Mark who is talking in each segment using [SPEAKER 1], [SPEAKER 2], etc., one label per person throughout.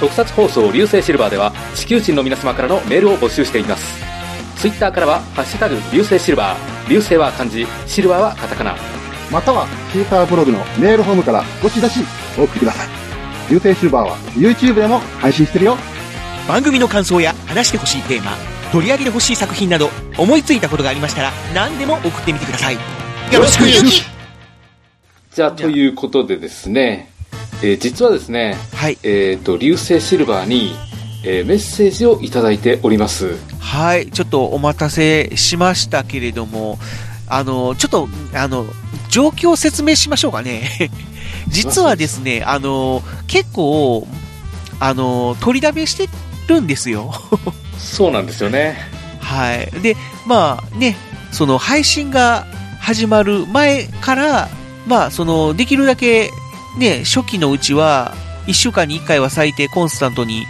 [SPEAKER 1] 特撮放送流星シルバーでは地球人の皆様からのメールを募集していますツイッターからは「ハッシュタグ流星シルバー」流星は漢字シルバーはカタカナ
[SPEAKER 2] または、シーサーブログのメールフォームからどしどしお送りください。流星シルバーは YouTube でも配信してるよ。
[SPEAKER 3] 番組の感想や話してほしいテーマ取り上げてほしい作品など思いついたことがありましたら何でも送ってみてくださいよろしくゆき
[SPEAKER 1] じゃあということでですね、えー実はですね
[SPEAKER 3] はい
[SPEAKER 1] えっ、と流星シルバーに、えーメッセージをいただいております
[SPEAKER 3] はいちょっとお待たせしましたけれどもあのちょっとあの状況を説明しましょうかね 実はですねあの結構あの取りだめしてるんですよ
[SPEAKER 1] そうなんですよね
[SPEAKER 3] はい。で、まあね、その配信が始まる前から、まあその、できるだけね、初期のうちは、1週間に1回は最低コンスタントに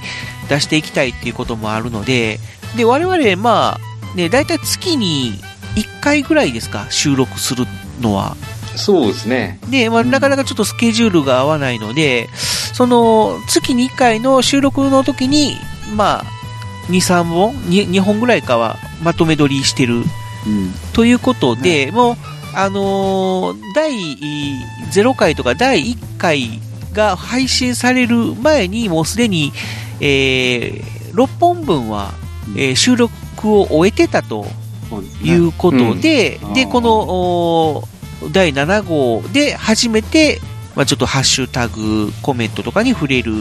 [SPEAKER 3] 出していきたいっていうこともあるので、で、我々、まあ、ね、だいたい月に1回ぐらいですか、収録するのは。
[SPEAKER 1] そうですね
[SPEAKER 3] で、まあ、なかなかちょっとスケジュールが合わないので、その、月に1回の収録の時に、まあ、2、3本 2, 2本ぐらいかはまとめ撮りしてる
[SPEAKER 2] うん。
[SPEAKER 3] ということで、もう、あのー第0回とか第1回が配信される前に、もうすでに、え6本分は、えー収録を終えてたと
[SPEAKER 2] そうです
[SPEAKER 3] い
[SPEAKER 2] ね。
[SPEAKER 3] うことで、
[SPEAKER 2] うん
[SPEAKER 3] で、
[SPEAKER 2] あー
[SPEAKER 3] この、おー第7号で初めて、まあ、ちょっとハッシュタグ、コメントとかに触れる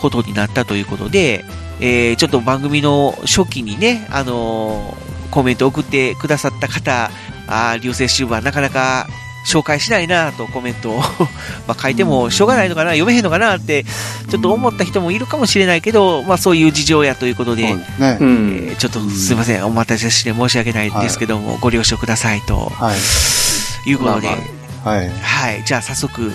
[SPEAKER 3] ことになったということで、えーちょっと番組の初期にね、あのーコメント送ってくださった方、あー流星シルバーなかなか紹介しないなとコメントを まあ書いてもしょうがないのかな、読めへんのかなって、ちょっと思った人もいるかもしれないけど、まあそういう事情やということで
[SPEAKER 2] そう、ですね。
[SPEAKER 1] うん
[SPEAKER 3] えーちょっとすいません、お待たせして申し訳ないんですけども、ご了承くださいと
[SPEAKER 2] はい。
[SPEAKER 3] いうことで、
[SPEAKER 1] まあま
[SPEAKER 2] はい。
[SPEAKER 3] はい、じゃあ早速、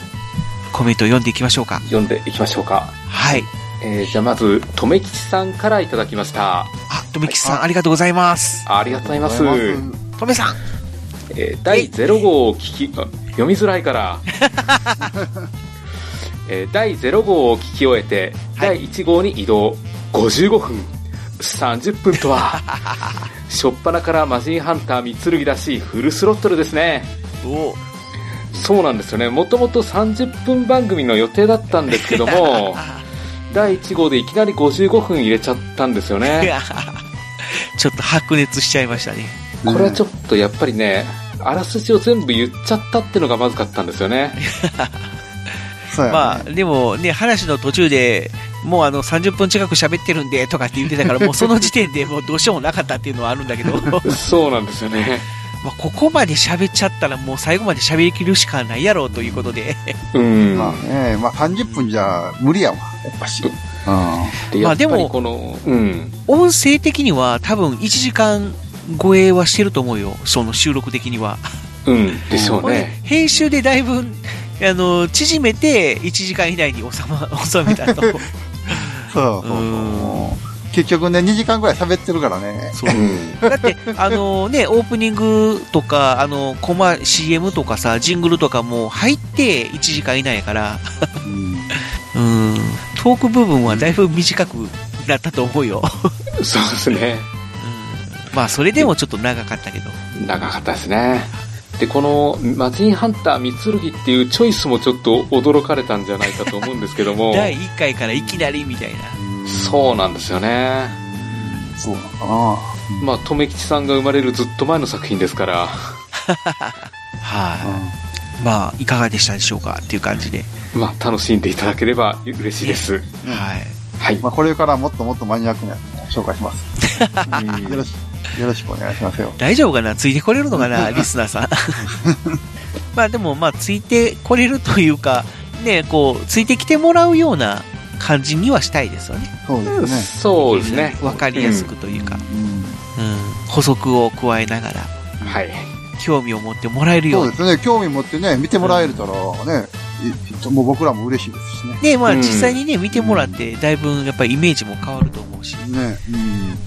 [SPEAKER 3] コメントを読んでいきましょうか。
[SPEAKER 1] 読んでいきましょうか
[SPEAKER 3] はい。
[SPEAKER 1] えーじゃあまず、とめきちさんからいただきました。
[SPEAKER 3] あ、とめきさん、ありがとうございます。
[SPEAKER 1] ありがとうございます。
[SPEAKER 3] とめさん。
[SPEAKER 1] えー第0号を聞き、あ読みづらい から。えー第0号を聞き終えて、
[SPEAKER 3] はい
[SPEAKER 1] 第1号に移動。55分、30分 とは。しょっぱなからマジンハンター三剣らしいフルスロットルですね。
[SPEAKER 3] お
[SPEAKER 1] そうなんですよね。もともと30分番組の予定だったんですけど も、第1号でいきなり55分入れちゃったんですよね。
[SPEAKER 3] ちょっと白熱しちゃいましたね。
[SPEAKER 1] これはち
[SPEAKER 2] ょ
[SPEAKER 1] ょっとやっぱりね、あらすじを全部言っちゃったってのがまずかったんですよね。
[SPEAKER 2] っと
[SPEAKER 3] まあ、でもね、話の途中で、もうあの30分近く喋ってるんでとかって言って たから、もうその時点でもうどうしようもなかったっていうのはあるんだ けど、ま
[SPEAKER 1] そうなんですよね。
[SPEAKER 3] あここまで喋っちゃったらもう最後まで喋りきるしかないやろうということで、
[SPEAKER 1] うん。
[SPEAKER 2] まあね、まあ30分じゃ無理やわ、やっぱし。
[SPEAKER 1] う
[SPEAKER 2] うんん。
[SPEAKER 1] で
[SPEAKER 3] ま
[SPEAKER 1] やっ
[SPEAKER 3] あ
[SPEAKER 1] ぱ
[SPEAKER 3] でも
[SPEAKER 1] りこの、うん。
[SPEAKER 3] 音声的には多分1時間超えはしてると思うよ、その収録的には。
[SPEAKER 1] うん。でしょう
[SPEAKER 3] これ
[SPEAKER 1] ね。
[SPEAKER 3] 編集でだいぶあの縮めて1時間以内に収,、ま、 収めたと。
[SPEAKER 2] そうそうそう
[SPEAKER 3] うん
[SPEAKER 2] 結局ね、2時間ぐらい喋ってるからね。
[SPEAKER 3] そう
[SPEAKER 1] うん。
[SPEAKER 3] だって、あのね、オープニングとか、あのコマ、CM とかさ、ジングルとかも入って1時間以内やから、
[SPEAKER 2] うん
[SPEAKER 3] うん、トーク部分はだいぶ短くなったと思うよ。
[SPEAKER 1] そうですね。
[SPEAKER 3] うん、まあ、それでもちょっと長かったけど。
[SPEAKER 1] 長かったですね。で、この、マジンハンター三剣っていうチョイスもちょっと驚かれたんじゃないかと思うんですけども、
[SPEAKER 3] 第1回からいきなりみたいな。
[SPEAKER 1] そうなんですよね。
[SPEAKER 2] そうなのかな。
[SPEAKER 1] まあ、とめきちさんが生まれるずっと前の作品ですから、
[SPEAKER 3] はい、
[SPEAKER 2] うん
[SPEAKER 3] まあ、いかがでしたでしょうかっていう感じで。
[SPEAKER 1] まあ、楽しんでいただければ嬉しいです。
[SPEAKER 2] うん
[SPEAKER 3] はい。
[SPEAKER 1] はい。
[SPEAKER 2] まあ、これからもっともっとマニアックなやつも紹介しま
[SPEAKER 1] う
[SPEAKER 2] す。
[SPEAKER 1] ん
[SPEAKER 2] よろしよろしくお願いしますよ。
[SPEAKER 3] 大丈夫かなついてこれるのかなリスナーさん。まあでも、まあ、ついてこれるというか、ね、こう、ついてきてもらうような感じにはしたいですよね。
[SPEAKER 2] そうですね。
[SPEAKER 1] そうですね。
[SPEAKER 3] わかりやすくというか、
[SPEAKER 2] うん
[SPEAKER 3] うん、補足を加えながら、
[SPEAKER 1] はい。
[SPEAKER 3] 興味を持ってもらえるよ
[SPEAKER 2] そうう
[SPEAKER 3] に
[SPEAKER 2] で。すね。興味持ってね、見てもらえるたらね、いもう僕らも嬉しいですしね。
[SPEAKER 3] ね、まあ
[SPEAKER 1] うん
[SPEAKER 3] 実際にね、見てもらって、だいぶやっぱりイメージも変わると思うし、
[SPEAKER 2] ね。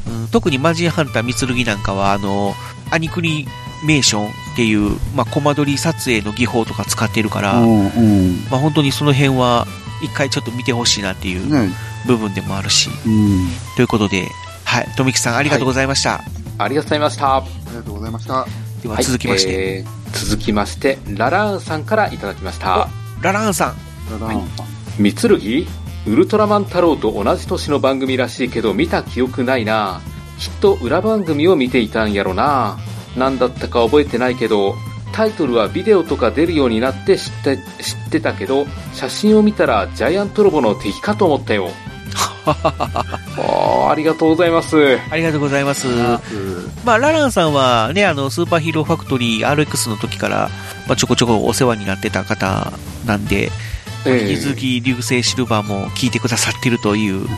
[SPEAKER 3] うん、特にマジンハンター、ミツルギなんかは、あの、アニクリメーションっていう、まあ、コマ撮り撮影の技法とか使ってるから、
[SPEAKER 2] うん。うん。
[SPEAKER 3] まあ、本当にその辺は、一回ちょっと見てほしいなっていう。
[SPEAKER 2] ね。
[SPEAKER 3] 部分でもあるし、
[SPEAKER 2] うん。
[SPEAKER 3] ということで、はい、富木さんありがとうございました。
[SPEAKER 1] ありがとうございました。
[SPEAKER 2] ありがとうございました。
[SPEAKER 3] では
[SPEAKER 1] はい
[SPEAKER 3] 続きまして、
[SPEAKER 1] えー続きまして、ララーンさんからいただきました。
[SPEAKER 3] ラランさん、
[SPEAKER 2] ララーンさん。
[SPEAKER 1] 三剣ウルトラマン太郎と同じ年の番組らしいけど見た記憶ないなきっと裏番組を見ていたんやろな何だったか覚えてないけどタイトルはビデオとか出るようになって知って知ってたけど写真を見たらジャイアントロボの敵かと思ったよあーありがとうございます
[SPEAKER 3] ありがとうございます。
[SPEAKER 2] うん
[SPEAKER 3] まあ、ラランさんはね、あの、スーパーヒーローファクトリー RX の時から、まあ、ちょこちょこお世話になってた方なんで、まあ
[SPEAKER 1] ええ
[SPEAKER 3] 引き続き流星シルバーも聞いてくださってるという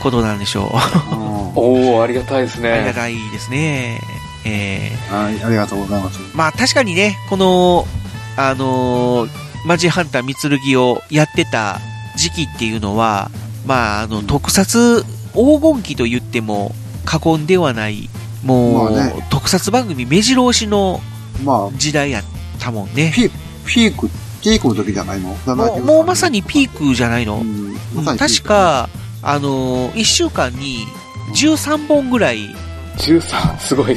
[SPEAKER 3] ことなんでしょう。あ
[SPEAKER 1] おおありがたいですね
[SPEAKER 3] りがたいですね。えー
[SPEAKER 2] はい、ありがとうございます。
[SPEAKER 3] まあ確かにね、この、あのーマジハンター三剣をやってた時期っていうのは、まああの、特撮黄金期と言っても過言ではない、もう、
[SPEAKER 2] まあね
[SPEAKER 3] 特撮番組目白押しの
[SPEAKER 2] まあ、
[SPEAKER 3] 時代やったもんね。
[SPEAKER 2] ピーク、ピーク、ピークの時じゃないの
[SPEAKER 3] もうもうまさにピークじゃないの、
[SPEAKER 2] うん
[SPEAKER 3] うん
[SPEAKER 2] まさにピーク
[SPEAKER 3] 確か、あのー、1週間に13本ぐらい
[SPEAKER 1] 13すごい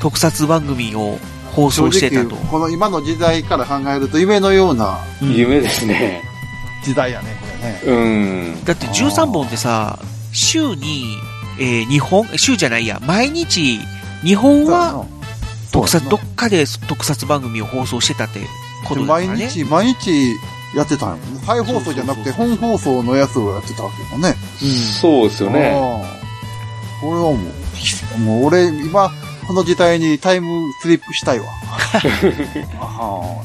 [SPEAKER 3] 特撮番組を放送してたと
[SPEAKER 2] 正。直この今の時代から考えると夢のような
[SPEAKER 3] うん
[SPEAKER 1] 夢ですね
[SPEAKER 2] 時代やね、これね。
[SPEAKER 1] うん
[SPEAKER 3] だって13本ってさ、週に、えー、2本、週じゃないや、毎日、2本は
[SPEAKER 2] そう
[SPEAKER 3] 特
[SPEAKER 2] やな
[SPEAKER 3] 撮、どっかで特撮番組を放送してたってことだから
[SPEAKER 2] 毎
[SPEAKER 3] ね。
[SPEAKER 2] 日、毎日やってたんやもんね。再放送じゃなくて
[SPEAKER 3] そう
[SPEAKER 2] 本放送のやつをやってたわけだもんね。
[SPEAKER 1] そうですよね
[SPEAKER 2] あーこれはもう、もう俺、今、この時代にタイムスリップした いわ。あ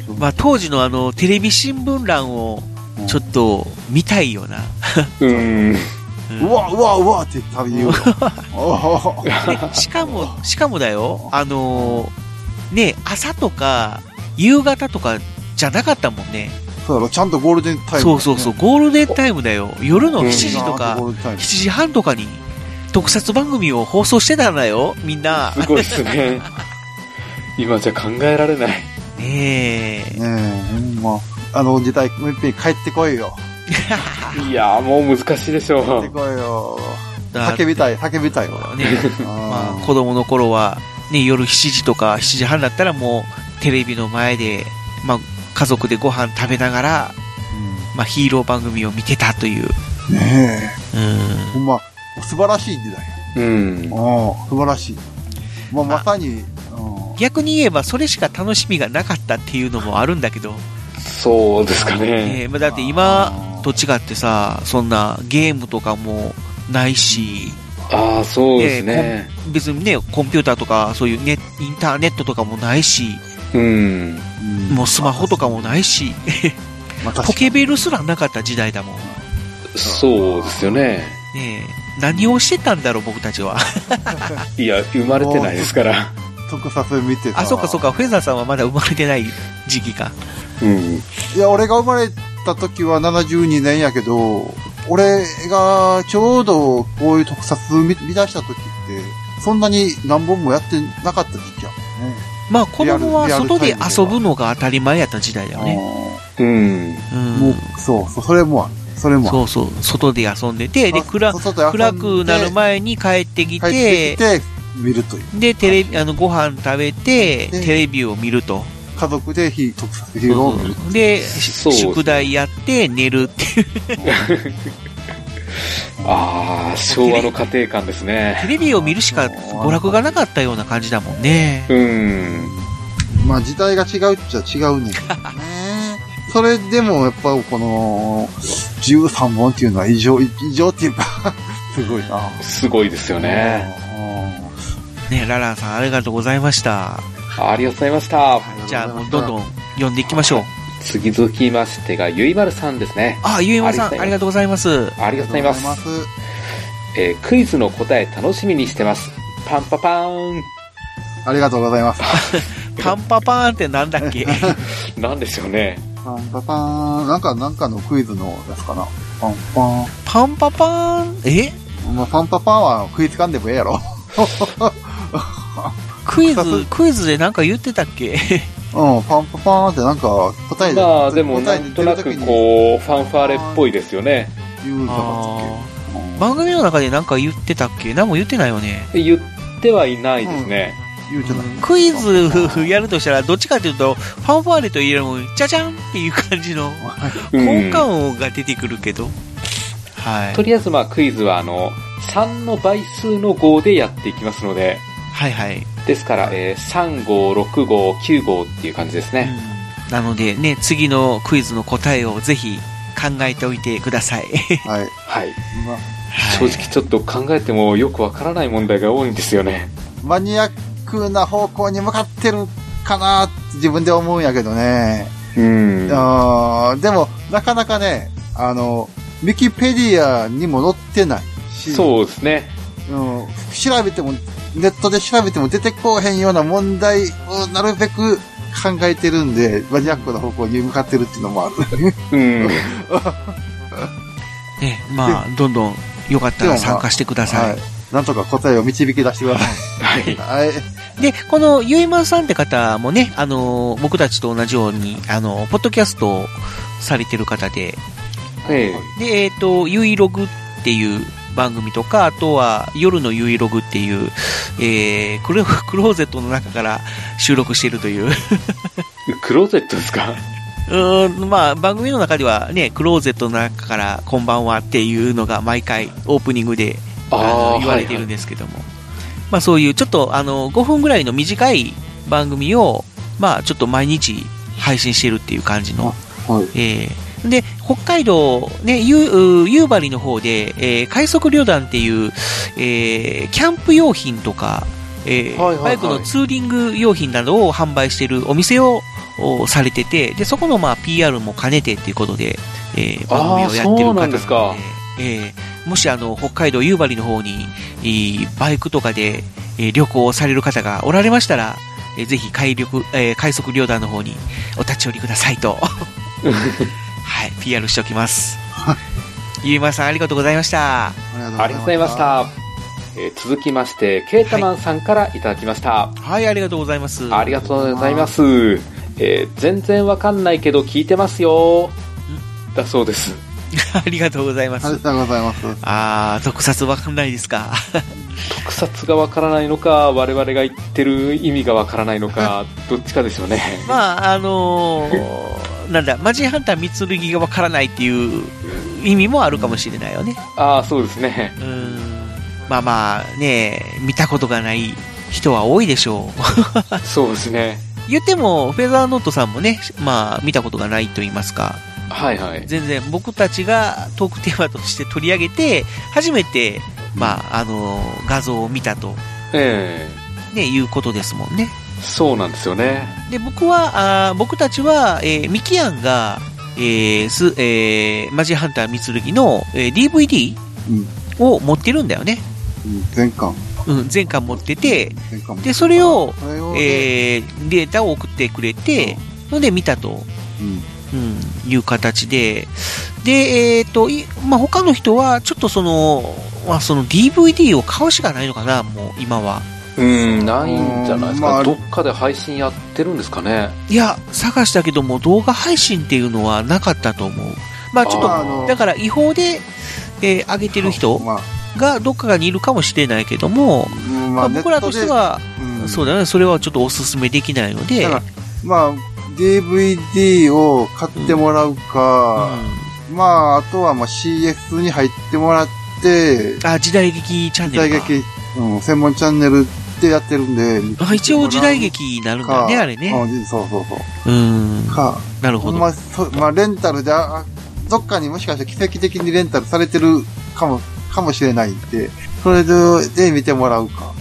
[SPEAKER 2] ー
[SPEAKER 3] まあ当時のあの、テレビ新聞欄を
[SPEAKER 2] うん
[SPEAKER 3] ちょっと見たいよな。
[SPEAKER 1] うん
[SPEAKER 3] うん
[SPEAKER 2] うわ、うわ、うわって旅 言うよ。あー
[SPEAKER 3] でしかも、しかもだよ、あのーね、朝とか、夕方とかじゃなかったもんね。
[SPEAKER 2] そうだろ、ちゃんとゴールデンタイムだね、
[SPEAKER 3] そうそうそう、ゴールデンタイムだよ。夜の
[SPEAKER 1] うん
[SPEAKER 3] 7時と
[SPEAKER 2] ちゃん
[SPEAKER 3] か
[SPEAKER 2] と、ゴールデンタイム
[SPEAKER 3] 7時半とかに特撮番組を放送してたんだよ、みんな。
[SPEAKER 1] すごいですね。今じゃ考えられない。
[SPEAKER 3] ね
[SPEAKER 2] ね
[SPEAKER 3] え。
[SPEAKER 2] え、ほんま。あの時代、もういっぺん帰ってこいよ。
[SPEAKER 1] いやー、もう難しいでし
[SPEAKER 2] 帰
[SPEAKER 1] ょ
[SPEAKER 2] ってこいよ。
[SPEAKER 3] だ
[SPEAKER 2] 叫びたい、叫びたいわ。
[SPEAKER 3] ねまあ
[SPEAKER 2] あ、ー
[SPEAKER 3] 子供の頃は、ね、夜7時とか7時半だったらもうテレビの前で、まあ、家族でご飯食べながら、まあ、ヒーロー番組を見てたという。う
[SPEAKER 2] うんねえ、
[SPEAKER 3] ん。
[SPEAKER 2] ほんま、素晴らしい時代や。
[SPEAKER 1] う。うん。
[SPEAKER 2] ああ、素晴らしい。まあ、まさに、うん
[SPEAKER 3] 逆に言えばそれしか楽しみがなかったっていうのもあるんだけど、
[SPEAKER 1] そうですかね。
[SPEAKER 3] えーまあ、だって今と違ってさ、そんなゲームとかもないし、
[SPEAKER 1] ああ、そうですね。
[SPEAKER 3] 別にね、コンピューターとか、そういうね、インターネットとかもないし、
[SPEAKER 1] うん。
[SPEAKER 2] うん
[SPEAKER 3] もうスマホとかもないし、
[SPEAKER 2] まあ確
[SPEAKER 3] ポ
[SPEAKER 2] かに
[SPEAKER 3] ケベルすらなかった時代だもん。
[SPEAKER 1] そうですよね。
[SPEAKER 3] ねえ、何をしてたんだろう、僕たちは。
[SPEAKER 1] いや、生まれてないですから。
[SPEAKER 2] 特撮見てさ
[SPEAKER 3] あ、そうかそうか、フェザーさんはまだ生まれてない時期か。
[SPEAKER 1] うん。
[SPEAKER 2] いや、俺が生まれた時は72年やけど、俺がちょうどこういう特撮見見出した時って、そんなに何本もやってなかった時期やもんね。
[SPEAKER 3] まあ、子供は
[SPEAKER 2] リアル
[SPEAKER 3] 外で
[SPEAKER 2] リアルタイムで
[SPEAKER 3] 遊
[SPEAKER 2] は
[SPEAKER 3] ぶのが当たり前やった時代だよね。
[SPEAKER 1] うん。
[SPEAKER 3] う
[SPEAKER 2] も
[SPEAKER 3] ん。
[SPEAKER 2] う、そう、そうそれもある。それもある。
[SPEAKER 3] そうそう、外で遊んでて、で、暗
[SPEAKER 2] そうそう
[SPEAKER 3] 暗くなる前に帰ってき
[SPEAKER 2] 帰って
[SPEAKER 3] て
[SPEAKER 2] き、て、見るという。
[SPEAKER 3] で、テレビ、あの、ご飯食べて、
[SPEAKER 2] で
[SPEAKER 3] テレビを見ると。
[SPEAKER 2] 家族で非特撮ヒーローを見る。
[SPEAKER 3] で、
[SPEAKER 1] そう
[SPEAKER 3] 宿題やって寝るっていう。
[SPEAKER 1] ああ、昭和の家庭観です
[SPEAKER 3] テ
[SPEAKER 1] ね。
[SPEAKER 3] レビを見るしか娯楽がなかったような感じだもんね。
[SPEAKER 1] うん。
[SPEAKER 2] まあ時代が違うっちゃ違うねんけどね。それでもやっぱこの13本っていうのは異常、異常っていうか、 すごいな。
[SPEAKER 1] すごいですよね。
[SPEAKER 2] うん
[SPEAKER 3] ね、ラランさんありがとうございました。
[SPEAKER 1] ありがとうございました。
[SPEAKER 3] じゃあもうどんどん読んでいきましょう。
[SPEAKER 1] 次続きましてが、ゆいまるさんですね。
[SPEAKER 3] あ、ゆいまさんあ
[SPEAKER 1] あ
[SPEAKER 3] り
[SPEAKER 1] り
[SPEAKER 3] がとうございます。
[SPEAKER 1] ありがとうございます。
[SPEAKER 2] ありがとうござい
[SPEAKER 1] えークイズの答え楽しみにしてます。パンパパーン。
[SPEAKER 2] ます。ありがとうございます。
[SPEAKER 3] パンパパーンってなんだっけ
[SPEAKER 1] なんでしょうね。
[SPEAKER 2] パンパパーン。なんか、なんかのクイズのやつかな。パンパ
[SPEAKER 3] パンパパーン、え
[SPEAKER 2] ーン。まあ、パンパパーンは食いつかんでもええやろ。
[SPEAKER 3] クイズ、クイズでなんか言ってたっけ
[SPEAKER 2] うん、パンパパーンってなんか答え
[SPEAKER 1] まあでもなんとな
[SPEAKER 2] 答え
[SPEAKER 1] く
[SPEAKER 2] に出る時に
[SPEAKER 1] こう、ファンファーレっぽいですよね。
[SPEAKER 2] 言うんじゃなかったっ
[SPEAKER 3] あ
[SPEAKER 2] うん
[SPEAKER 3] 番組の中で何か言ってたっけ何も言ってないよね。
[SPEAKER 1] 言ってはいないですね。
[SPEAKER 2] 言うてない。
[SPEAKER 3] クイズやるとしたら、どっちかというと、ファンファーレというよりも、じゃじゃんっていう感じの
[SPEAKER 1] うん
[SPEAKER 3] 効果音が出てくるけど。はい。
[SPEAKER 1] とりあえずまあクイズはあの、3の倍数の5でやっていきますので、
[SPEAKER 3] はいはい。
[SPEAKER 1] ですから、えー、3号、6号、9号っていう感じですね。
[SPEAKER 3] うんなのでね、次のクイズの答えをぜひ考えておいてください。
[SPEAKER 2] はい。
[SPEAKER 1] はい。
[SPEAKER 2] ま
[SPEAKER 1] 正直ちょっと考えてもよくわからない問題が多いんですよね。
[SPEAKER 2] マニアックな方向に向かってるかなって自分で思うんやけどね。
[SPEAKER 1] うん。
[SPEAKER 2] あーでも、なかなかね、あの、ウィキペディアにも載ってないし、
[SPEAKER 1] そうですね。
[SPEAKER 2] うん、調べても、ネットで調べても出てこへんような問題をなるべく考えてるんで、マニアックな方向に向かってるっていうのもある。
[SPEAKER 1] うん。
[SPEAKER 3] ね、まあ、どんどんよかったら参加してください。
[SPEAKER 2] い。なんとか答えを導き出してくださ
[SPEAKER 1] はい
[SPEAKER 2] い。。はい。
[SPEAKER 3] で、このゆいまるさんって方もね、あのー、僕たちと同じように、あのー、ポッドキャストをされてる方で、
[SPEAKER 1] ええ
[SPEAKER 3] で、えっ、と、ゆいログっていう番組とか、あとは夜のゆいログっていう、えークロ、クローゼットの中から収録してるという、う
[SPEAKER 1] クローゼットですか
[SPEAKER 3] ーん、まあ、番組の中ではね、クローゼットの中からこんばんはっていうのが毎回オープニングであの言われてるん
[SPEAKER 1] で。
[SPEAKER 3] ですけども、まあ、そういうちょっとあの5分ぐらいの短い番組を、まあ、ちょっと毎日配信してるっていう感じの、
[SPEAKER 2] はい。
[SPEAKER 3] えーで北海道、ね、ゆう夕張の方で、えー快速旅団っていう、えーキャンプ用品とか、えー
[SPEAKER 2] はいはいはい
[SPEAKER 3] バイクのツーリング用品などを販売してるお店をおされててでそこの、まあ、PR も兼ねてっていうことで、えー番組をやってる
[SPEAKER 1] あーそう
[SPEAKER 3] 方
[SPEAKER 1] な
[SPEAKER 3] なんの
[SPEAKER 1] で
[SPEAKER 3] です
[SPEAKER 1] か
[SPEAKER 3] えーもしあの北海道夕張の方に、えーバイクとかで、えー旅行をされる方がおられましたら、えーぜひ快力、えー快速旅団の方にお立ち寄りください と。はい、PR しておきます。ゆいまるさん、ありがとうございました。
[SPEAKER 1] ありがとうございました。えー続きまして、ケータマンさんからいただきました。
[SPEAKER 3] はい、ありがとうございます。
[SPEAKER 1] ありがとうございます。えー全然わかんないけど聞いてますよ。だそうです。
[SPEAKER 3] ありがとうございま
[SPEAKER 2] あり
[SPEAKER 3] す。
[SPEAKER 2] がとうございます。
[SPEAKER 3] あー、特撮わかんないですか。
[SPEAKER 1] 特撮がわからないのか、我々が言ってる意味がわからないの か、どっちかですよね。
[SPEAKER 3] まあ、あのー、なんだ、マジンハンター三剣がわからないっていう意味もあるかもしれないよね。
[SPEAKER 1] ああ、そうですね。
[SPEAKER 3] うーん。まあまあ、ね見たことがない人は多いでしょう。
[SPEAKER 1] そうですね。
[SPEAKER 3] 言っても、フェザーノートさんもね、まあ、見たことがないと言いますか、
[SPEAKER 1] はいはい。
[SPEAKER 3] 全然僕たちがトークテーマとして取り上げて、初めて、まあ、あの、画像を見たと、
[SPEAKER 1] ええ
[SPEAKER 3] ね、いうことですもんね。
[SPEAKER 1] そうなんですよね。
[SPEAKER 3] で、僕は、あー僕たちは、えーミキアンが、えーす、えーマジハンターミツルギの、えー DVD
[SPEAKER 2] うん。
[SPEAKER 3] を持ってるんだよね。
[SPEAKER 2] うん全巻。
[SPEAKER 3] うん、前回持ってて、
[SPEAKER 2] 全巻。
[SPEAKER 3] で、それを、
[SPEAKER 2] それをね、
[SPEAKER 3] えーデータを送ってくれて、ので見たと。
[SPEAKER 2] うん。
[SPEAKER 3] うん、いう形で、で、えっ、と、いまあ、他の人は、ちょっとその、まあ、その DVD を買うしかないのかな、もう今は。
[SPEAKER 1] うん、ないんじゃないですか。
[SPEAKER 2] まあ
[SPEAKER 1] どっかで配信やってるんですかね。
[SPEAKER 3] いや、探したけども、動画配信っていうのはなかったと思う。まあ、ちょっ
[SPEAKER 2] あ
[SPEAKER 3] と、
[SPEAKER 2] ーの
[SPEAKER 3] だから違法で、えー上げてる人
[SPEAKER 2] まあ、
[SPEAKER 3] がどっかにいるかもしれないけども、
[SPEAKER 2] うんま
[SPEAKER 3] ま
[SPEAKER 2] あ、
[SPEAKER 3] あ、僕らとしては、
[SPEAKER 2] ネットで、うん
[SPEAKER 3] そうだね、それはちょっとお勧めできないので、
[SPEAKER 2] だからまあ、DVD を買ってもらうか、
[SPEAKER 3] う
[SPEAKER 2] まあ、あとはまあ CS に入ってもらって
[SPEAKER 3] ん、あ、時代劇チャン
[SPEAKER 2] 時
[SPEAKER 3] ネ
[SPEAKER 2] 代
[SPEAKER 3] ルか。
[SPEAKER 2] 劇、うん、専門チャンネルでやってるんで、
[SPEAKER 3] あ一応時代劇になるんだよ
[SPEAKER 2] か、
[SPEAKER 3] ね、あれね。
[SPEAKER 2] うんそうそうそう。
[SPEAKER 3] うん。
[SPEAKER 2] か、
[SPEAKER 3] なるほど。
[SPEAKER 2] まあ、そまあ、レンタルで、あどっかにもしかして奇跡的にレンタルされてるかも、かもしれないんで、それで、で見てもらうか。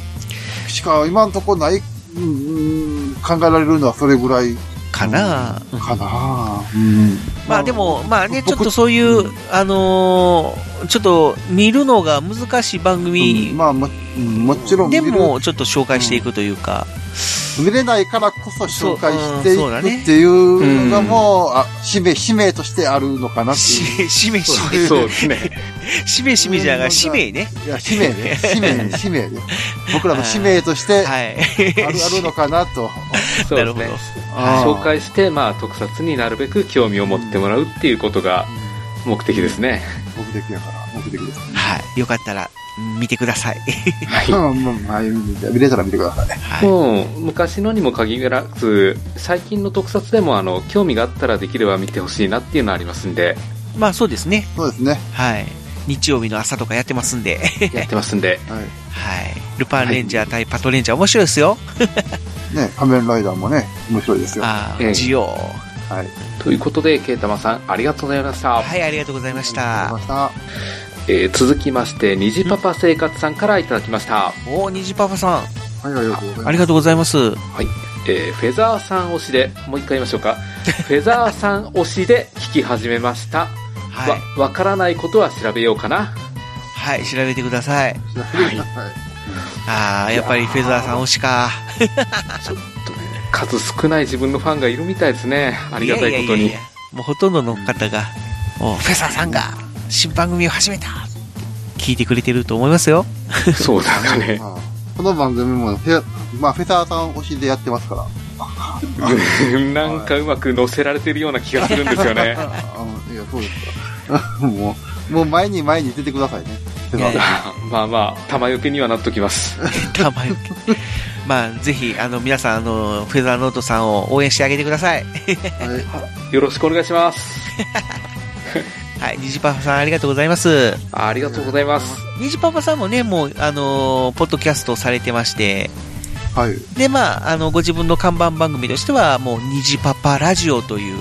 [SPEAKER 2] しか、今のところない、うんうん考えられるのはそれぐらい
[SPEAKER 3] かな、うん
[SPEAKER 2] かなうん。
[SPEAKER 3] まあでも、まあね、ち
[SPEAKER 2] 僕
[SPEAKER 3] ょっとそういう
[SPEAKER 2] う、
[SPEAKER 3] あのーちょっと見るのが難しい番
[SPEAKER 2] うん
[SPEAKER 3] 組
[SPEAKER 2] まあも、うんもちろん見
[SPEAKER 3] で
[SPEAKER 2] る
[SPEAKER 3] も、ちょっと紹介していくというか、
[SPEAKER 2] 見れないからこそ紹介してい
[SPEAKER 3] そううんそうだね
[SPEAKER 2] くっていうのがもう、あ、使命、使命としてあるのかなって
[SPEAKER 3] し
[SPEAKER 2] いう。
[SPEAKER 3] しめし
[SPEAKER 1] そうですね。
[SPEAKER 3] め、しめしめじゃが、しめね。
[SPEAKER 2] いや、使命ね。使命ね。使命ね。僕らの使命としてあ
[SPEAKER 3] はい。
[SPEAKER 2] る、あるのかな と。
[SPEAKER 1] そう
[SPEAKER 3] な
[SPEAKER 1] です
[SPEAKER 3] るほど
[SPEAKER 1] ね。。
[SPEAKER 2] あー
[SPEAKER 1] 紹介して、まあ、特撮になるべく興味を持ってもらうっていうことが目的ですね。
[SPEAKER 2] 目的やから、目的です、ね。
[SPEAKER 3] はい。 よかったら、見てください。
[SPEAKER 1] はい。
[SPEAKER 2] うんまあ、まあ、見れたら見てください。
[SPEAKER 3] はい。
[SPEAKER 1] もう昔のにも限らず最近の特撮でもあの興味があったらできれば見てほしいなっていうのはありますんで
[SPEAKER 3] まあそうですね。
[SPEAKER 2] そうですね。
[SPEAKER 3] はい。日曜日の朝とかやってますんで。
[SPEAKER 1] やってますんで
[SPEAKER 2] はい。
[SPEAKER 3] はい。ルパンレンジャー対パトレンジャー面白いですよ。
[SPEAKER 2] ね、仮面ライダーもね、面白いですよ。は
[SPEAKER 3] あ
[SPEAKER 1] え
[SPEAKER 3] あ、
[SPEAKER 1] え
[SPEAKER 3] ジオ。
[SPEAKER 2] い。
[SPEAKER 1] ということでケイタマさんありがとうございました、
[SPEAKER 3] はい、ありがとうございま
[SPEAKER 2] あ
[SPEAKER 3] し
[SPEAKER 2] り
[SPEAKER 3] た
[SPEAKER 2] がとうございま。した。
[SPEAKER 1] えー続きまして虹パパ生活さんからいただきました、
[SPEAKER 3] おー、虹パパさん。
[SPEAKER 2] はい、ありがとうございます。
[SPEAKER 3] ありがとうございます。
[SPEAKER 1] えーフェザーさん推しでもう一回言いましょうかフェザーさん推しで聞き始めました
[SPEAKER 3] はい。
[SPEAKER 1] わわからないことは調べようかな
[SPEAKER 3] はい、調べてください。
[SPEAKER 1] はい
[SPEAKER 2] はい。
[SPEAKER 3] ああ、やっぱりフェザーさん推しか。
[SPEAKER 1] 数少ない自分のファンがいるみたいですねありがたいことに
[SPEAKER 3] ややややもうほとんどの方が、もうフェザーさんが新番組を始めた聞いてくれてると思いますよ。
[SPEAKER 1] そうだか ね
[SPEAKER 2] まあこの番組もフェ、まあ、フェザーさん推しでやってますから。
[SPEAKER 1] なんかうまく乗せられてるような気がするんですよね。
[SPEAKER 2] あのいや、そうですか。 もう、もう前に前に出てくださいね。フェザー
[SPEAKER 3] いやいや
[SPEAKER 2] さ
[SPEAKER 1] まあまあ、玉よけにはなっときます。
[SPEAKER 3] たまに。 まあ、ぜひ、あの、皆さん、あの、フェザーノートさんを応援してあげてください。
[SPEAKER 2] ん。はい。
[SPEAKER 1] よろしくお願いします。
[SPEAKER 3] はい、ニジパパさんありがとうございます。
[SPEAKER 1] ありがとうございます。
[SPEAKER 3] ニジパパさんもね、もう、あの、ポッドキャストをされてまして、
[SPEAKER 2] はい。
[SPEAKER 3] で、まあ、あの、ご自分の看板番組としては、もう、ニジパパラジオという、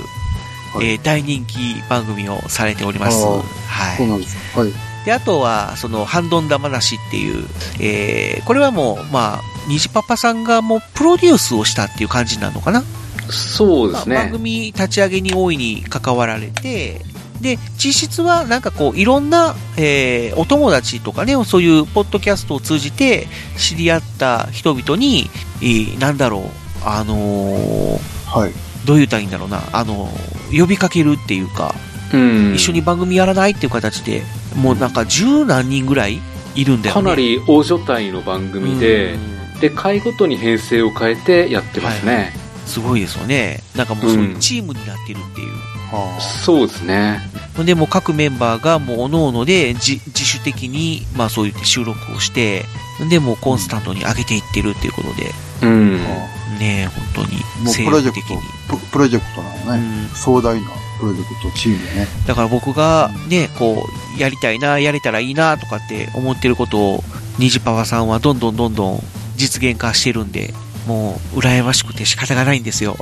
[SPEAKER 2] はい
[SPEAKER 3] えー大人気番組をされております。
[SPEAKER 2] あ
[SPEAKER 3] は
[SPEAKER 2] ー
[SPEAKER 3] い。
[SPEAKER 2] そうなんです。はい。
[SPEAKER 3] で、あとは、その、ハンドンダ話っていう、えーこれはもう、まあ、虹パパさんがもうプロデュースをしたっていう感じなのかな、
[SPEAKER 1] そうで
[SPEAKER 3] まあ
[SPEAKER 1] すね
[SPEAKER 3] 番。組立ち上げに大いに関わられて、で、実質はなんかこう、いろんな、えーお友達とかね、そういうポッドキャストを通じて知り合った人々に、えーなんだろう、あのー
[SPEAKER 2] はい。
[SPEAKER 3] どう言ったらいいんだろうな、あのー呼びかけるっていうか、
[SPEAKER 1] うん。
[SPEAKER 3] 一緒に番組やらないっていう形で、もうなんか十何人ぐらいいるんだよ
[SPEAKER 1] か
[SPEAKER 3] ね。
[SPEAKER 1] なり大所帯の番組で
[SPEAKER 3] うん、
[SPEAKER 1] で、回ごとに編成を変えてやってますね。
[SPEAKER 3] すごいですよね。なんかもうそういううんチームになってるっていう。
[SPEAKER 2] は
[SPEAKER 1] そうですね。
[SPEAKER 3] ほんで、もう各メンバーがもう各々で自自主的に、まあそういう収録をして、で、もうコンスタントに上げていってるっていうことで、
[SPEAKER 1] うん。
[SPEAKER 2] あ。
[SPEAKER 3] ねえ、本当に、
[SPEAKER 2] もう
[SPEAKER 3] 精
[SPEAKER 2] プロジ
[SPEAKER 3] 力
[SPEAKER 2] ェク
[SPEAKER 3] 的
[SPEAKER 2] ト
[SPEAKER 3] に。、
[SPEAKER 2] ププロジェクトなの
[SPEAKER 3] う
[SPEAKER 2] ね。
[SPEAKER 3] ん、
[SPEAKER 2] 壮大なプロジェクトチームね。
[SPEAKER 3] だから僕がね、こう、やりたいな、やれたらいいな、とかって思ってることを、ニジパワさんはどんどんどんどん実現化してるんで、もう、羨ましくて仕方がないんで すよ。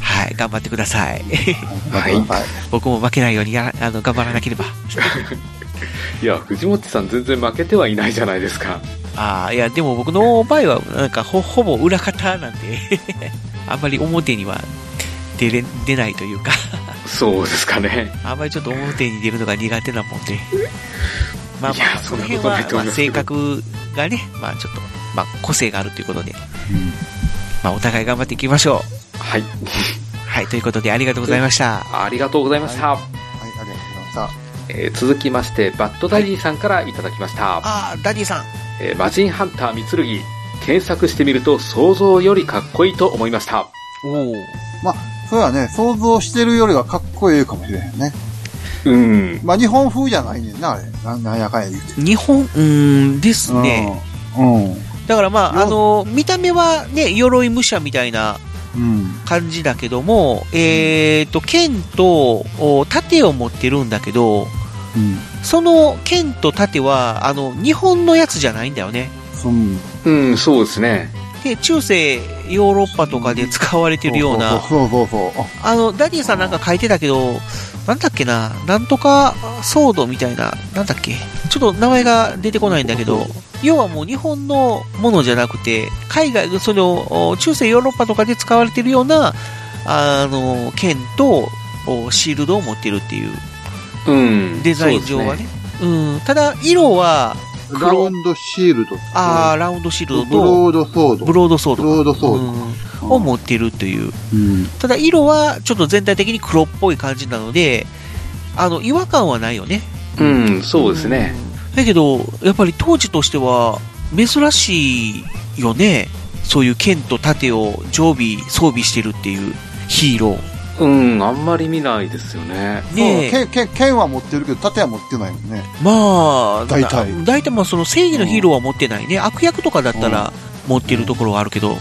[SPEAKER 3] はい、頑張ってください。
[SPEAKER 1] はい
[SPEAKER 2] はい。
[SPEAKER 3] 僕も負けないようにやら、あの、頑張らなければ。
[SPEAKER 1] いや、藤本さん全然負けてはいないじゃないですか。
[SPEAKER 3] ああ、いや、でも僕の場合は、なんかほ、ほぼ裏方なんで、 あんまり表には出れ、出ないというか、
[SPEAKER 1] そうですかね。
[SPEAKER 3] あんまりちょっと表に出るのが苦手なもんで。まあ
[SPEAKER 1] い
[SPEAKER 3] ま
[SPEAKER 1] や
[SPEAKER 3] あ、
[SPEAKER 1] そ
[SPEAKER 3] そ
[SPEAKER 1] ん
[SPEAKER 3] の
[SPEAKER 1] なこと
[SPEAKER 3] 辺
[SPEAKER 1] な
[SPEAKER 3] は、
[SPEAKER 1] いと思い
[SPEAKER 3] まあ、
[SPEAKER 1] ますけ
[SPEAKER 3] 性
[SPEAKER 1] ど
[SPEAKER 3] 格がね、まあちょっと、まあ個性があるということで、まあお互い頑張っていきましょ
[SPEAKER 1] はい。
[SPEAKER 3] う。はい、ということでありがとうございました。
[SPEAKER 1] ありがとうございました。
[SPEAKER 2] はい、ありがとうございました。
[SPEAKER 1] えー続きまして、バッドダディさんからいただきました。
[SPEAKER 3] ああ、ダディさん。
[SPEAKER 1] えー、マジンハンター三剣検索してみると想像よりかっこいいと思いました
[SPEAKER 3] おお。
[SPEAKER 2] まあ、それはね、想像してるよりはかっこいいかもしれへんね。
[SPEAKER 1] うん
[SPEAKER 2] まあ、日本風じゃないねんな、あれ。ななんやかんや言うて。
[SPEAKER 3] 日本、うーん、ですね。
[SPEAKER 2] うん。
[SPEAKER 3] だからまあ、あ
[SPEAKER 2] よ
[SPEAKER 3] の、見た目はね、鎧武者みたいな
[SPEAKER 2] うん。うん。
[SPEAKER 3] 感じだけども、えー、と剣とお盾を持ってるんだけど
[SPEAKER 2] うん。
[SPEAKER 3] その剣と盾はあの日本のやつじゃないんだよね
[SPEAKER 2] そん
[SPEAKER 1] うんそうですね
[SPEAKER 3] で中世ヨーロッパとかで使われてるよう
[SPEAKER 2] そ
[SPEAKER 3] な
[SPEAKER 2] うそうそうそう。
[SPEAKER 3] あのダディさんなんか書いてたけどなんだっけななんとかソードみたいななんだっけちょっと名前が出てこないんだけど要はもう日本のものじゃなくて海外そのお中世ヨーロッパとかで使われてるようなあの剣とおシールドを持ってるっていう
[SPEAKER 1] うん
[SPEAKER 3] デザイン上はねうん、ただ色は
[SPEAKER 2] あラウンドシールド。
[SPEAKER 3] あーラウンドシール
[SPEAKER 2] ブ
[SPEAKER 3] ドと
[SPEAKER 2] ロードソード。
[SPEAKER 3] ブロードソー
[SPEAKER 2] ブ
[SPEAKER 3] ド
[SPEAKER 2] ロードソー
[SPEAKER 3] うん
[SPEAKER 2] ド。
[SPEAKER 3] を持ってるという
[SPEAKER 2] うん。
[SPEAKER 3] ただ色はちょっと全体的に黒っぽい感じなのであの違和感はないよね
[SPEAKER 1] そうですねうんそうですね
[SPEAKER 3] だけどやっぱり当時としては珍しいよねそういう剣と盾を常備装備してるっていうヒーロー
[SPEAKER 1] うん、あんまり見ないですよね。
[SPEAKER 3] ねえ
[SPEAKER 2] そう剣剣剣は持ってるけど、盾は持ってないよね。
[SPEAKER 3] まあ、
[SPEAKER 2] 大体
[SPEAKER 3] な大体まあその正義のヒーローは持ってないね。悪役とかだったら持ってるところはあるけど、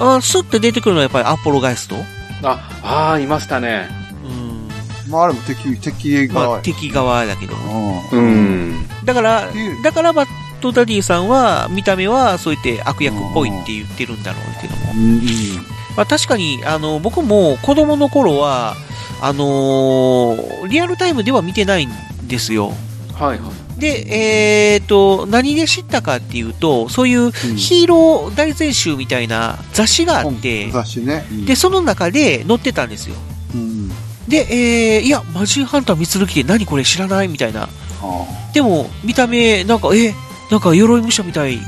[SPEAKER 3] あースッて出てくるのはやっぱりアポロガイスト。
[SPEAKER 1] あ、ああ、いましたね。
[SPEAKER 3] うん。
[SPEAKER 2] まあ、あれも敵、敵
[SPEAKER 3] ま
[SPEAKER 2] が、
[SPEAKER 3] あ敵側だけど。
[SPEAKER 2] う。
[SPEAKER 1] うんん。
[SPEAKER 3] だから
[SPEAKER 2] うん、
[SPEAKER 3] だからバッドダディさんは見た目はそう言って悪役っぽいって言ってるんだろうけども。
[SPEAKER 2] うん。
[SPEAKER 3] まあ確かに、あの、僕も子供の頃は、あのーリアルタイムでは見てないんですよ。
[SPEAKER 1] はいはい。
[SPEAKER 3] で、えっ、と、何で知ったかっていうと、そういうヒーロー大全集みたいな雑誌があって、
[SPEAKER 2] 雑誌ね。
[SPEAKER 3] で、その中で載ってたんですよ。
[SPEAKER 2] うん。
[SPEAKER 3] で、えーいや、マジンハンター見つるきて何これ知らないみたいな。
[SPEAKER 2] あ
[SPEAKER 3] でも、見た目、なんか、え、なんか鎧武者みたい、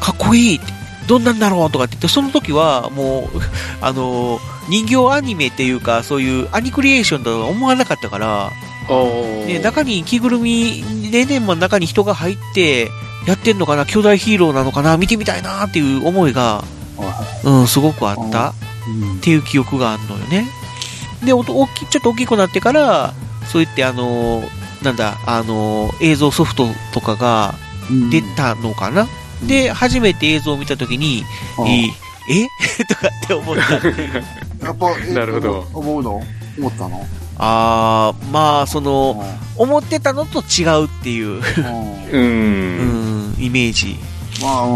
[SPEAKER 3] かっこいいって、どんなんだろうとかって言って、その時はもう、 あの人形アニメっていうか、そういうアニクリエーションだとは思わなかったから、
[SPEAKER 1] お
[SPEAKER 3] ね、中に着ぐるみ、レネンマンの中に人が入って、やってんのかな、巨大ヒーローなのかな、見てみたいなっていう思いが、
[SPEAKER 2] あ。
[SPEAKER 3] うん、すごくあったっ
[SPEAKER 2] うん。
[SPEAKER 3] ていう記憶があるのよね。で、おと大きちょっと大きくなってから、そういって、あのーなんだ、あのー映像ソフトとかが
[SPEAKER 2] うん
[SPEAKER 3] 出、たのかな。で、初めて映像を見たときに、
[SPEAKER 2] うん
[SPEAKER 3] いいえ とかって思った。
[SPEAKER 2] やっぱ、え
[SPEAKER 1] なるほど
[SPEAKER 2] 思うの思ったの
[SPEAKER 3] あー、まあ、そ
[SPEAKER 2] うん
[SPEAKER 3] の、思ってたのと違うっていう、
[SPEAKER 1] う。
[SPEAKER 3] うんん、イメージ。
[SPEAKER 2] まあ、うん。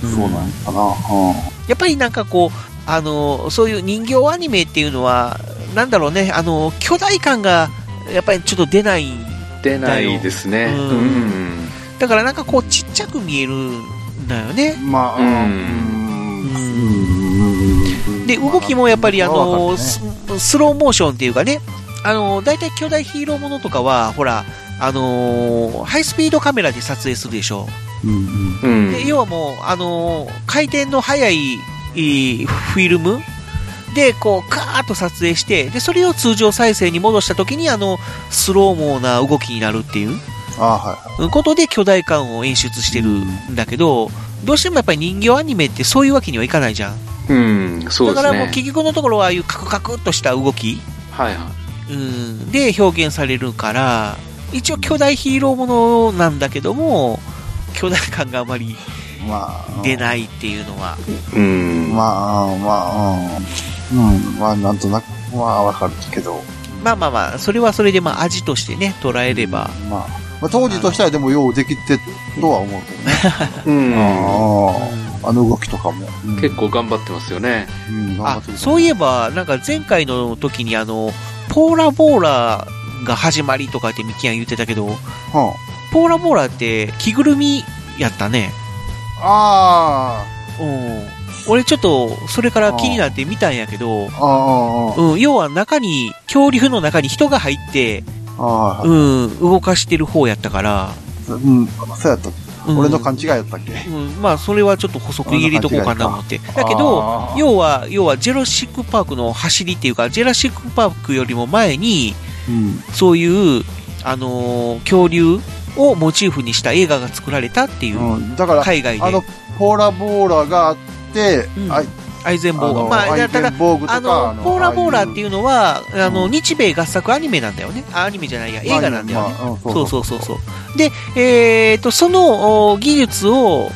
[SPEAKER 2] そうなんかな。
[SPEAKER 3] やっぱりなんかこう、あの、そういう人形アニメっていうのは、なんだろうね、あの、巨大感が、やっぱりちょっと出ない。
[SPEAKER 1] 出ないですね。
[SPEAKER 3] う
[SPEAKER 1] うんん。
[SPEAKER 3] だからなんかこう、ちっちゃく見えるんだよね
[SPEAKER 2] う。ん。まあ、うん。うん
[SPEAKER 3] で、動きもやっぱりあの、
[SPEAKER 2] そ
[SPEAKER 3] ススローモーションっていうかね、あの、大体巨大ヒーローものとかは、ほら、あのハイスピードカメラで撮影するでしょ
[SPEAKER 2] うん。
[SPEAKER 1] うん。
[SPEAKER 3] で要はもう、あのー回転の速いいいフィルムでこうカーッと撮影してでそれを通常再生に戻した時にあのスローモーな動きになるっていう
[SPEAKER 2] あは
[SPEAKER 3] ことで巨大感を演出してるんだけどどうしてもやっぱり人形アニメってそういうわけにはいかないじゃん、
[SPEAKER 1] うん、そう
[SPEAKER 3] だ
[SPEAKER 1] です
[SPEAKER 3] からもう
[SPEAKER 1] ね。
[SPEAKER 3] 結局のところはああいうカクカクっとした動き
[SPEAKER 1] はいは
[SPEAKER 3] うんで表現されるから一応巨大ヒーローものなんだけども巨大感があまり
[SPEAKER 2] い。まあ。
[SPEAKER 3] 出ないっていうのは。
[SPEAKER 1] い。うん。
[SPEAKER 2] まあ、まあ、うん。うん、まあ、なんとなく、まあ、わかるけど。
[SPEAKER 3] まあまあまあ、それはそれでまあ味としてね、捉えれば。
[SPEAKER 2] まあ、まあ、当時としてはでも、ようできてとは思うけどね。
[SPEAKER 1] うん。
[SPEAKER 2] ああ、あの動きとかも。うん
[SPEAKER 1] 結、構頑張ってますよね。
[SPEAKER 2] うん、頑張
[SPEAKER 3] あ
[SPEAKER 2] って、る
[SPEAKER 3] そういえば、なんか前回の時にあの、ポーラボーラが始まりとかってミキヤン言ってたけど、
[SPEAKER 2] は
[SPEAKER 3] ポーラボーラって着ぐるみやったね。
[SPEAKER 2] あ、
[SPEAKER 3] うん。俺ちょっと、それから気になって見たんやけど
[SPEAKER 2] あ、あ、ああ、
[SPEAKER 3] うん、要は中に、恐竜の中に人が入って、
[SPEAKER 2] ああ、
[SPEAKER 3] うん、動かしてる方やったから、
[SPEAKER 2] うん、そうやった。
[SPEAKER 3] うん
[SPEAKER 2] 俺の勘違いやったっけ
[SPEAKER 3] うん、まあそれはちょっと補足入れとこうかなと思って。だけど
[SPEAKER 2] あ、ー
[SPEAKER 3] 要は、要はジェラシックパークの走りっていうか、ジェラシックパークよりも前に、
[SPEAKER 2] うん。
[SPEAKER 3] そういう、あのー恐竜をモチーフにした映画が作られたっていう、
[SPEAKER 2] うん、だから、
[SPEAKER 3] 海外
[SPEAKER 2] あの
[SPEAKER 3] で。、
[SPEAKER 2] ポーラボーラがあって、
[SPEAKER 3] うん
[SPEAKER 2] あ
[SPEAKER 3] アイゼンボーガー。まあ、
[SPEAKER 2] アイ
[SPEAKER 3] だ
[SPEAKER 2] テ
[SPEAKER 3] た
[SPEAKER 2] ン
[SPEAKER 3] だ、
[SPEAKER 2] ボーグとか、
[SPEAKER 3] あの、ボーラボーラって
[SPEAKER 2] う
[SPEAKER 3] いうのは、あの、
[SPEAKER 2] うん
[SPEAKER 3] 日米合作アニメなんだよね。あアニメじゃないや、映画なんだよね。
[SPEAKER 2] まあうん
[SPEAKER 3] そうそうそうそう。で、えっと、そのお技術を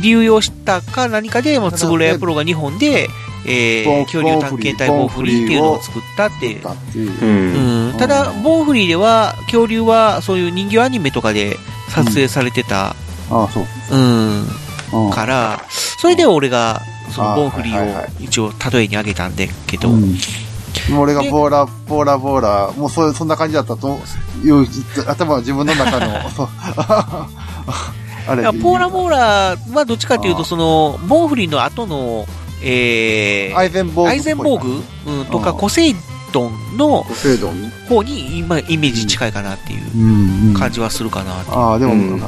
[SPEAKER 3] 流用したか何かで、もう、つぶらやプロが日本で、え
[SPEAKER 2] ボ
[SPEAKER 3] ー、
[SPEAKER 2] ン
[SPEAKER 3] 恐竜探検隊
[SPEAKER 2] ボ
[SPEAKER 3] ボ
[SPEAKER 2] ン
[SPEAKER 3] ン
[SPEAKER 2] フ
[SPEAKER 3] フ
[SPEAKER 2] リー
[SPEAKER 3] リーっていうのを作ったって。
[SPEAKER 2] だっていう
[SPEAKER 1] う。
[SPEAKER 3] うんん、ただ、
[SPEAKER 2] うん
[SPEAKER 3] ボンフリーでは、恐竜は、そういう人形アニメとかで撮影されてた、
[SPEAKER 2] ああ、そう。
[SPEAKER 3] うん、
[SPEAKER 2] うん
[SPEAKER 3] から、それで俺が、そ
[SPEAKER 2] あ
[SPEAKER 3] の
[SPEAKER 2] ー
[SPEAKER 3] ボンフリ
[SPEAKER 2] はいはいは
[SPEAKER 3] ー
[SPEAKER 2] い
[SPEAKER 3] を一応例えに挙げたんだけど、
[SPEAKER 2] うん、俺がボーラ、ボーラ、ボーラ、もうそそんな感じだったという、頭は自分の中の、そうあれ
[SPEAKER 3] だからポーラボーラはどっちかという
[SPEAKER 2] あー
[SPEAKER 3] と、その、ボンフリーの後の、 えー、
[SPEAKER 2] アイゼンボーグっぽいな。
[SPEAKER 3] アイゼンボーグ、うん、と
[SPEAKER 2] う
[SPEAKER 3] か
[SPEAKER 2] ん
[SPEAKER 3] コセイドンの
[SPEAKER 2] ポセイドンね。
[SPEAKER 3] 方に今イメージ近いかなっていう
[SPEAKER 2] うん、
[SPEAKER 3] 感じはするかな。
[SPEAKER 2] ああ、でも、
[SPEAKER 1] うん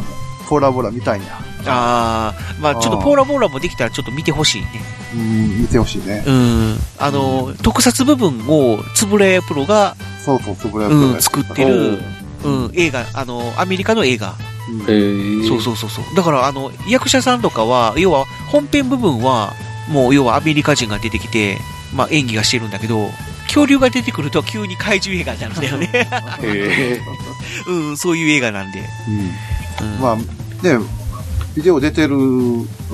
[SPEAKER 2] ポーラ、ボーラみたいな。
[SPEAKER 3] ああ、まあ
[SPEAKER 2] あー
[SPEAKER 3] ちょっとポーラボーラもできたらちょっと見てほしいね。
[SPEAKER 2] うん、見てほしいね。
[SPEAKER 3] うん。あの、特撮部分をつぶれプロが、
[SPEAKER 2] そうそう、つぶら
[SPEAKER 3] うん、作ってる、
[SPEAKER 2] お
[SPEAKER 3] う
[SPEAKER 2] ー
[SPEAKER 3] ん、映画、あの、アメリカの映画。
[SPEAKER 2] うん
[SPEAKER 1] へー
[SPEAKER 3] そうそうそうそう。だから、あの、役者さんとかは、要は本編部分は、もう要はアメリカ人が出てきて、まあ演技がしてるんだけど、恐竜が出てくると急に怪獣映画になるんだよね。
[SPEAKER 1] へえ。
[SPEAKER 3] うん、そういう映画なんで。
[SPEAKER 2] う
[SPEAKER 3] うん
[SPEAKER 2] ん。まあ、ね、ビデオ出てる、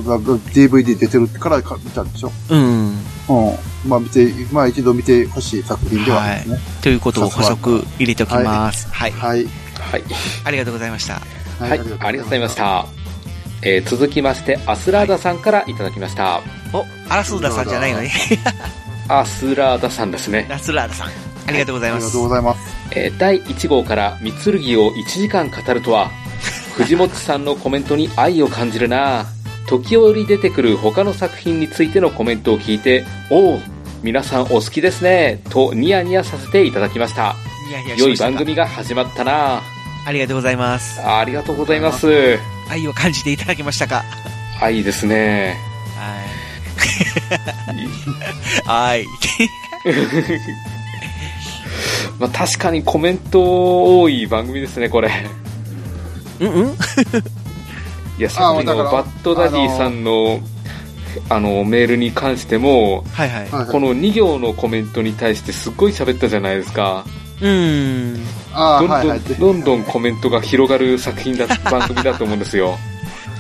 [SPEAKER 2] が DVD 出てるからか見たんでしょ。
[SPEAKER 3] うん。
[SPEAKER 2] うん。まあ見て、まあ一度見てほしい作品ではありますね。
[SPEAKER 3] ということを補足入れておきます。はい。
[SPEAKER 2] はい。
[SPEAKER 1] はい。
[SPEAKER 3] ありがとうございました。
[SPEAKER 1] はい、ありがとうございまし。た。えー続きまして、アスラーダさんからいただきました。
[SPEAKER 3] お、アラスーダさんじゃないのね。
[SPEAKER 1] アスラーダさんですね。
[SPEAKER 3] ラスラーダさん。ありがとうござい
[SPEAKER 2] あ
[SPEAKER 3] ま
[SPEAKER 2] りが
[SPEAKER 3] す
[SPEAKER 2] とう。ございます。
[SPEAKER 1] えー第1号から三剣を1時間語るとは、藤本さんのコメントに愛を感じるな時折出てくる他の作品についてのコメントを聞いて、おお、皆さんお好きですね、とニヤニヤさせていただきました。
[SPEAKER 3] いやいや
[SPEAKER 1] 良い番。組が始まったな
[SPEAKER 3] ありがとうございます。
[SPEAKER 1] ありがとうございます。
[SPEAKER 3] 愛を感じていただけましたか。
[SPEAKER 1] 愛ですね。
[SPEAKER 3] はい。はい。
[SPEAKER 1] まあ、確かにコメント多い番組ですね、これ。
[SPEAKER 3] うんうん。
[SPEAKER 1] いや、さっき
[SPEAKER 2] だ
[SPEAKER 1] の
[SPEAKER 2] から
[SPEAKER 1] バッドダディさんの、あの、メールに関しても、
[SPEAKER 3] はいはい。
[SPEAKER 2] はいはい
[SPEAKER 1] この2行のコメントに対してすっごい喋ったじゃないですか。
[SPEAKER 3] うーん。
[SPEAKER 2] ああ、
[SPEAKER 1] どんどん、
[SPEAKER 2] はいはい。
[SPEAKER 1] どんどんコメントが広がる作品だ、番組だと思うんですよ。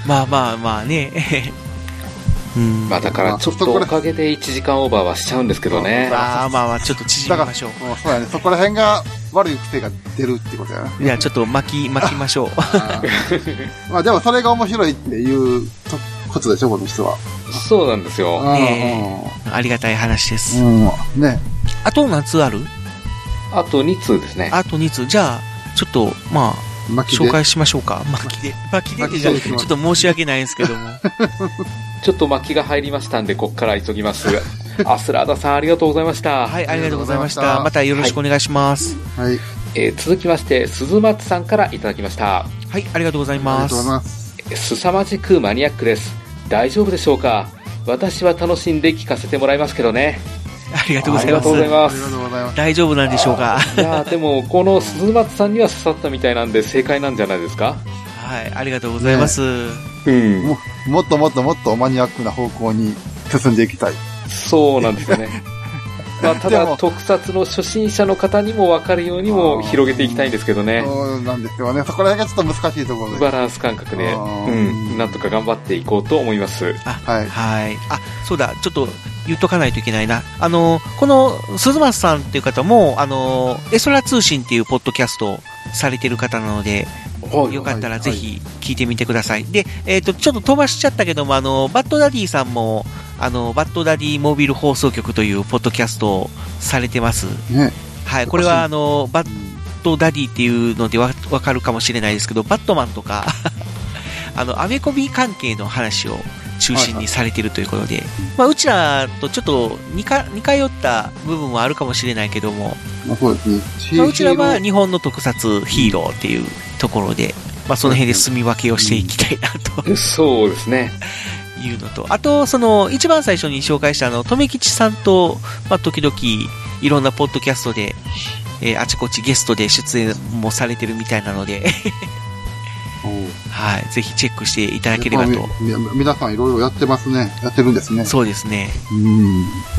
[SPEAKER 3] まあまあまあね。うん。
[SPEAKER 1] まあだからちょっとおかげで1時間オーバーはしちゃうんですけどね。
[SPEAKER 3] まあまあまあ、ちょっと縮みましょう。
[SPEAKER 2] もうそうやね。そこら辺が悪い癖が出るってことやな。
[SPEAKER 3] いや、ちょっと巻き、巻きまし ょう。
[SPEAKER 2] まあでもそれが面白いっていうとことでしょ、この人は。
[SPEAKER 1] そうなんですよ。
[SPEAKER 3] ねありがたい話で
[SPEAKER 2] う
[SPEAKER 3] す。
[SPEAKER 2] ん。うん。ね。
[SPEAKER 3] あと何通ある
[SPEAKER 1] あと2通ですね。
[SPEAKER 3] あと2通。じゃあ、ちょっと、まあ、
[SPEAKER 2] 巻きで。
[SPEAKER 3] 紹介しましょうか。巻きで。巻きでってじゃ
[SPEAKER 2] 巻き
[SPEAKER 3] ち
[SPEAKER 2] で
[SPEAKER 3] ょっと申し訳ないんですけども。
[SPEAKER 1] ちょっと巻きが入りましたんで、こっから急ぎます。アスラーダさんありがとうございました。
[SPEAKER 3] はい、ありがとうございまし
[SPEAKER 2] ありがとうございま
[SPEAKER 3] た。
[SPEAKER 2] した
[SPEAKER 3] またよろしくお願いします。
[SPEAKER 2] はい。
[SPEAKER 1] えー続きまして、鈴松さんからいただきました。
[SPEAKER 3] はい、ありがとうござい
[SPEAKER 2] あり
[SPEAKER 3] ま
[SPEAKER 2] が
[SPEAKER 3] す
[SPEAKER 2] とう。ございます。
[SPEAKER 1] すさまじくマニアックです。大丈夫でしょうか私は楽しんで聞かせてもらいますけどね。
[SPEAKER 3] ありがとうご
[SPEAKER 1] あ
[SPEAKER 3] ざ
[SPEAKER 1] り
[SPEAKER 3] い
[SPEAKER 1] が
[SPEAKER 3] ま
[SPEAKER 1] とうござい
[SPEAKER 3] す。
[SPEAKER 1] ま
[SPEAKER 2] ありが
[SPEAKER 1] す
[SPEAKER 2] と。うございます。
[SPEAKER 3] 大丈夫なんでしょうか。
[SPEAKER 1] いや ーでも、この鈴松さんには刺さったみたいなんで、正解なんじゃないですか
[SPEAKER 3] はい、ありがとうございます。
[SPEAKER 1] うん。
[SPEAKER 2] ももっともっともっとマニアックな方向に進んでいきたい。
[SPEAKER 1] そうなんですよ ね。まあ、た
[SPEAKER 2] で
[SPEAKER 1] だ、
[SPEAKER 2] も
[SPEAKER 1] 特撮の初心者の方にも分かるようにも広げていきたいんですけどね。
[SPEAKER 2] そうなんですよね。そこら辺がちょっと難しいところで。
[SPEAKER 1] バランス感覚で、
[SPEAKER 2] あー
[SPEAKER 1] うん、なんとか頑張っていこうと思います。
[SPEAKER 2] はい。
[SPEAKER 3] はい。あ、そうだ、ちょっと言っとかないといけないな。あの、この、鈴松さんっていう方も、あの、エソラ通信っていうポッドキャストをされてる方なので、
[SPEAKER 1] はい
[SPEAKER 3] よかったらぜひ聞いてみてください。で、えっ、と、ちょっと飛ばしちゃったけども、あの、バッドダディさんも、あの、バッドダディモビル放送局というポッドキャストをされてます。
[SPEAKER 2] ね。
[SPEAKER 3] はい、これはあの、バッドダディっていうのでわわかるかもしれないですけど、バットマンとか、 あの、アメコミ関係の話を中心にされてるということで、まあ、うちらとちょっと似か似通った部分はあるかもしれないけども、
[SPEAKER 2] まあ、そうですね。
[SPEAKER 3] まあ、うちらは日本の特撮ヒーローっていうところで、まあ、その辺で住み分けをしていきたいなと
[SPEAKER 1] そうですね。
[SPEAKER 3] いうのと、あと、その、一番最初に紹介した、あの、とめきちさんと、まあ、時々、いろんなポッドキャストで、えーあちこちゲストで出演もされてるみたいなので、はい、 ぜひチェックしていただければと。
[SPEAKER 2] みみ皆さんいろいろやってますね。やってるんですね。
[SPEAKER 3] そうですね。
[SPEAKER 2] うん。
[SPEAKER 3] う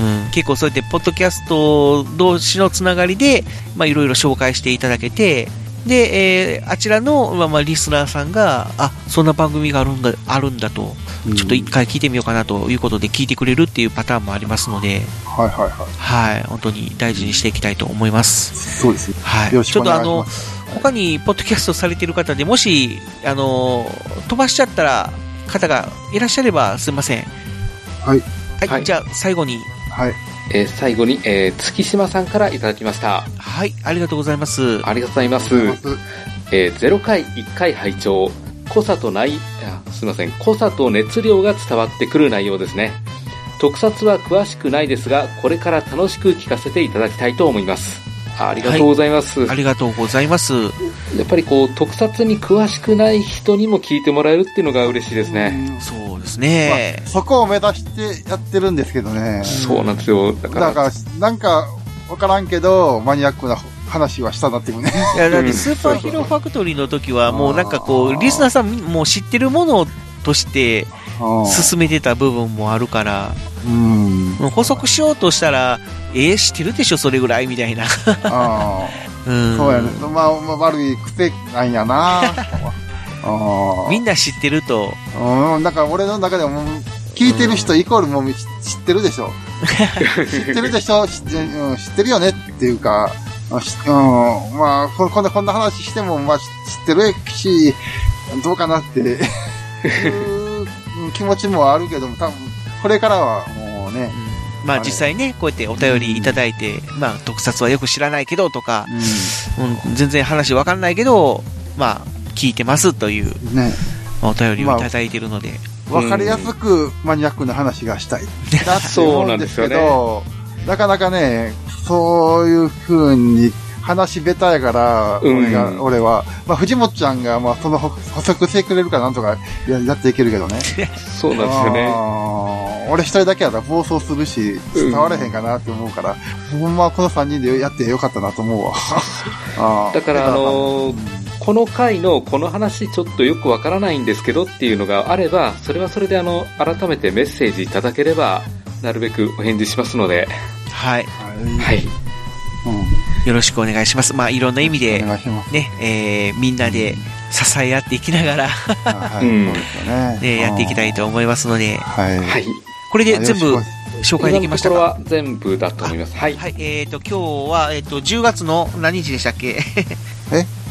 [SPEAKER 3] ん、結構そうやって、ポッドキャスト同士のつながりで、まあ、いろいろ紹介していただけて、で、えーあちらの、まあ、まあ、リスナーさんが、あ、そんな番組があるんだ、あるんだと、ちょっと一回聞いてみようかなということで聞いてくれるっていうパターンもありますので、
[SPEAKER 2] はいはいは
[SPEAKER 3] はい、本当に大事にしていきたいと思いま
[SPEAKER 2] い。
[SPEAKER 3] す。
[SPEAKER 2] そうですね。
[SPEAKER 3] はい。
[SPEAKER 2] よろし
[SPEAKER 3] ち
[SPEAKER 2] く
[SPEAKER 3] ょっ
[SPEAKER 2] お
[SPEAKER 3] とあ
[SPEAKER 2] 願いし
[SPEAKER 3] の
[SPEAKER 2] ま、す。
[SPEAKER 3] 他にポッドキャストされてる方でもし、あの、飛ばしちゃったら、方がいらっしゃればすいません。
[SPEAKER 2] はい。
[SPEAKER 3] はい、
[SPEAKER 1] はい
[SPEAKER 3] じゃあ最後に、
[SPEAKER 2] はい。
[SPEAKER 1] えー最後に、えー月島さんからいただきました。
[SPEAKER 3] はい、ありがとうございます。
[SPEAKER 1] ありがとうございます。えー0回1回拝聴濃さとないあすいません濃さと熱量が伝わってくる内容ですね特撮は詳しくないですがこれから楽しく聞かせていただきたいと思いますありがとうございます、
[SPEAKER 3] ありがとうございます。
[SPEAKER 1] やっぱりこう特撮に詳しくない人にも聞いてもらえるっていうのが嬉しいですね、
[SPEAKER 3] そうです
[SPEAKER 2] うん。ま
[SPEAKER 3] ね
[SPEAKER 2] あ。そこを目指してやってるんですけどね。
[SPEAKER 1] そうなんですよだから
[SPEAKER 2] だから、なんか、わからんけど、マニアックな話はしたなっていう ね。
[SPEAKER 3] いや、だって
[SPEAKER 1] うん
[SPEAKER 3] スーパーヒーローファクトリーの時は、もうなんかこ
[SPEAKER 2] あ
[SPEAKER 3] う、
[SPEAKER 2] ー
[SPEAKER 3] リスナーさんもう知ってるものとして
[SPEAKER 2] うん
[SPEAKER 3] 進めてた部分もあるから、
[SPEAKER 2] うん。
[SPEAKER 3] 補足しようとしたら、えー、知ってるでしょ、それぐらいみたいな。
[SPEAKER 2] あ
[SPEAKER 3] う
[SPEAKER 2] あ、
[SPEAKER 3] ん。
[SPEAKER 2] そうやね。まあ、まあ、悪い癖なんやな。あ
[SPEAKER 3] みんな知ってると、
[SPEAKER 2] あ。うん、だから俺の中でも、聞いてる人イコールもう知知ってるでしょ。知ってるでしょ、知って,、うん、知ってるよねっていうか、あしうん、まあ、ここんな、こんな話しても、まあ、知知ってるし、どうかなって、いう気持ちもあるけども、多分、これからはもうね
[SPEAKER 3] う、んまあ
[SPEAKER 2] あれ
[SPEAKER 3] 実際ね、こうやってお便りいただいて、まあ特撮はよく知らないけどとか、
[SPEAKER 2] う、
[SPEAKER 3] うん、全然話わかんないけど、まあ聞いてますというん
[SPEAKER 2] ね、
[SPEAKER 3] お便りをいただいてるので。
[SPEAKER 2] わかりやすくマニアックな話がしたい。だって
[SPEAKER 1] そう
[SPEAKER 2] 思う
[SPEAKER 1] なんん
[SPEAKER 2] で
[SPEAKER 1] ですす
[SPEAKER 2] け
[SPEAKER 1] よね
[SPEAKER 2] ど、なかなかね、そういう風に話下手やから、
[SPEAKER 1] うん
[SPEAKER 2] 俺が、俺は。まあ、藤本ちゃんが、まあ、その補補足してくれるからなんとかややっていけるけどね。
[SPEAKER 1] そうなんですよね。
[SPEAKER 2] あー俺一人だけやったら暴走するし、伝われへんかなって思うから、ほんまこの三人でやってよかったなと 思うわ。あー
[SPEAKER 1] だから、あのーこの回のこの話ちょっとよくわからないんですけどっていうのがあれば、それはそれであの、改めてメッセージいただければ、なるべくお返事しますので、
[SPEAKER 3] はい。
[SPEAKER 2] は。
[SPEAKER 1] はいい。
[SPEAKER 2] う
[SPEAKER 3] よろしくお願いします。まあいろんな意味で
[SPEAKER 2] ん。お、願いします。
[SPEAKER 3] ね、えーみんなで支え合っていきながら、
[SPEAKER 2] はい。
[SPEAKER 1] うん
[SPEAKER 2] そうですよね。
[SPEAKER 3] ね、やっていきたいと思いますので、
[SPEAKER 2] はい。
[SPEAKER 1] はい。
[SPEAKER 3] これで全
[SPEAKER 2] よ
[SPEAKER 3] 部
[SPEAKER 2] ろし
[SPEAKER 3] 紹介できました
[SPEAKER 1] 今のところ
[SPEAKER 3] か
[SPEAKER 1] は全部だと思います。はい。
[SPEAKER 3] はい、えっ、と、今日は、えっ、と、10月の何日でしたっけ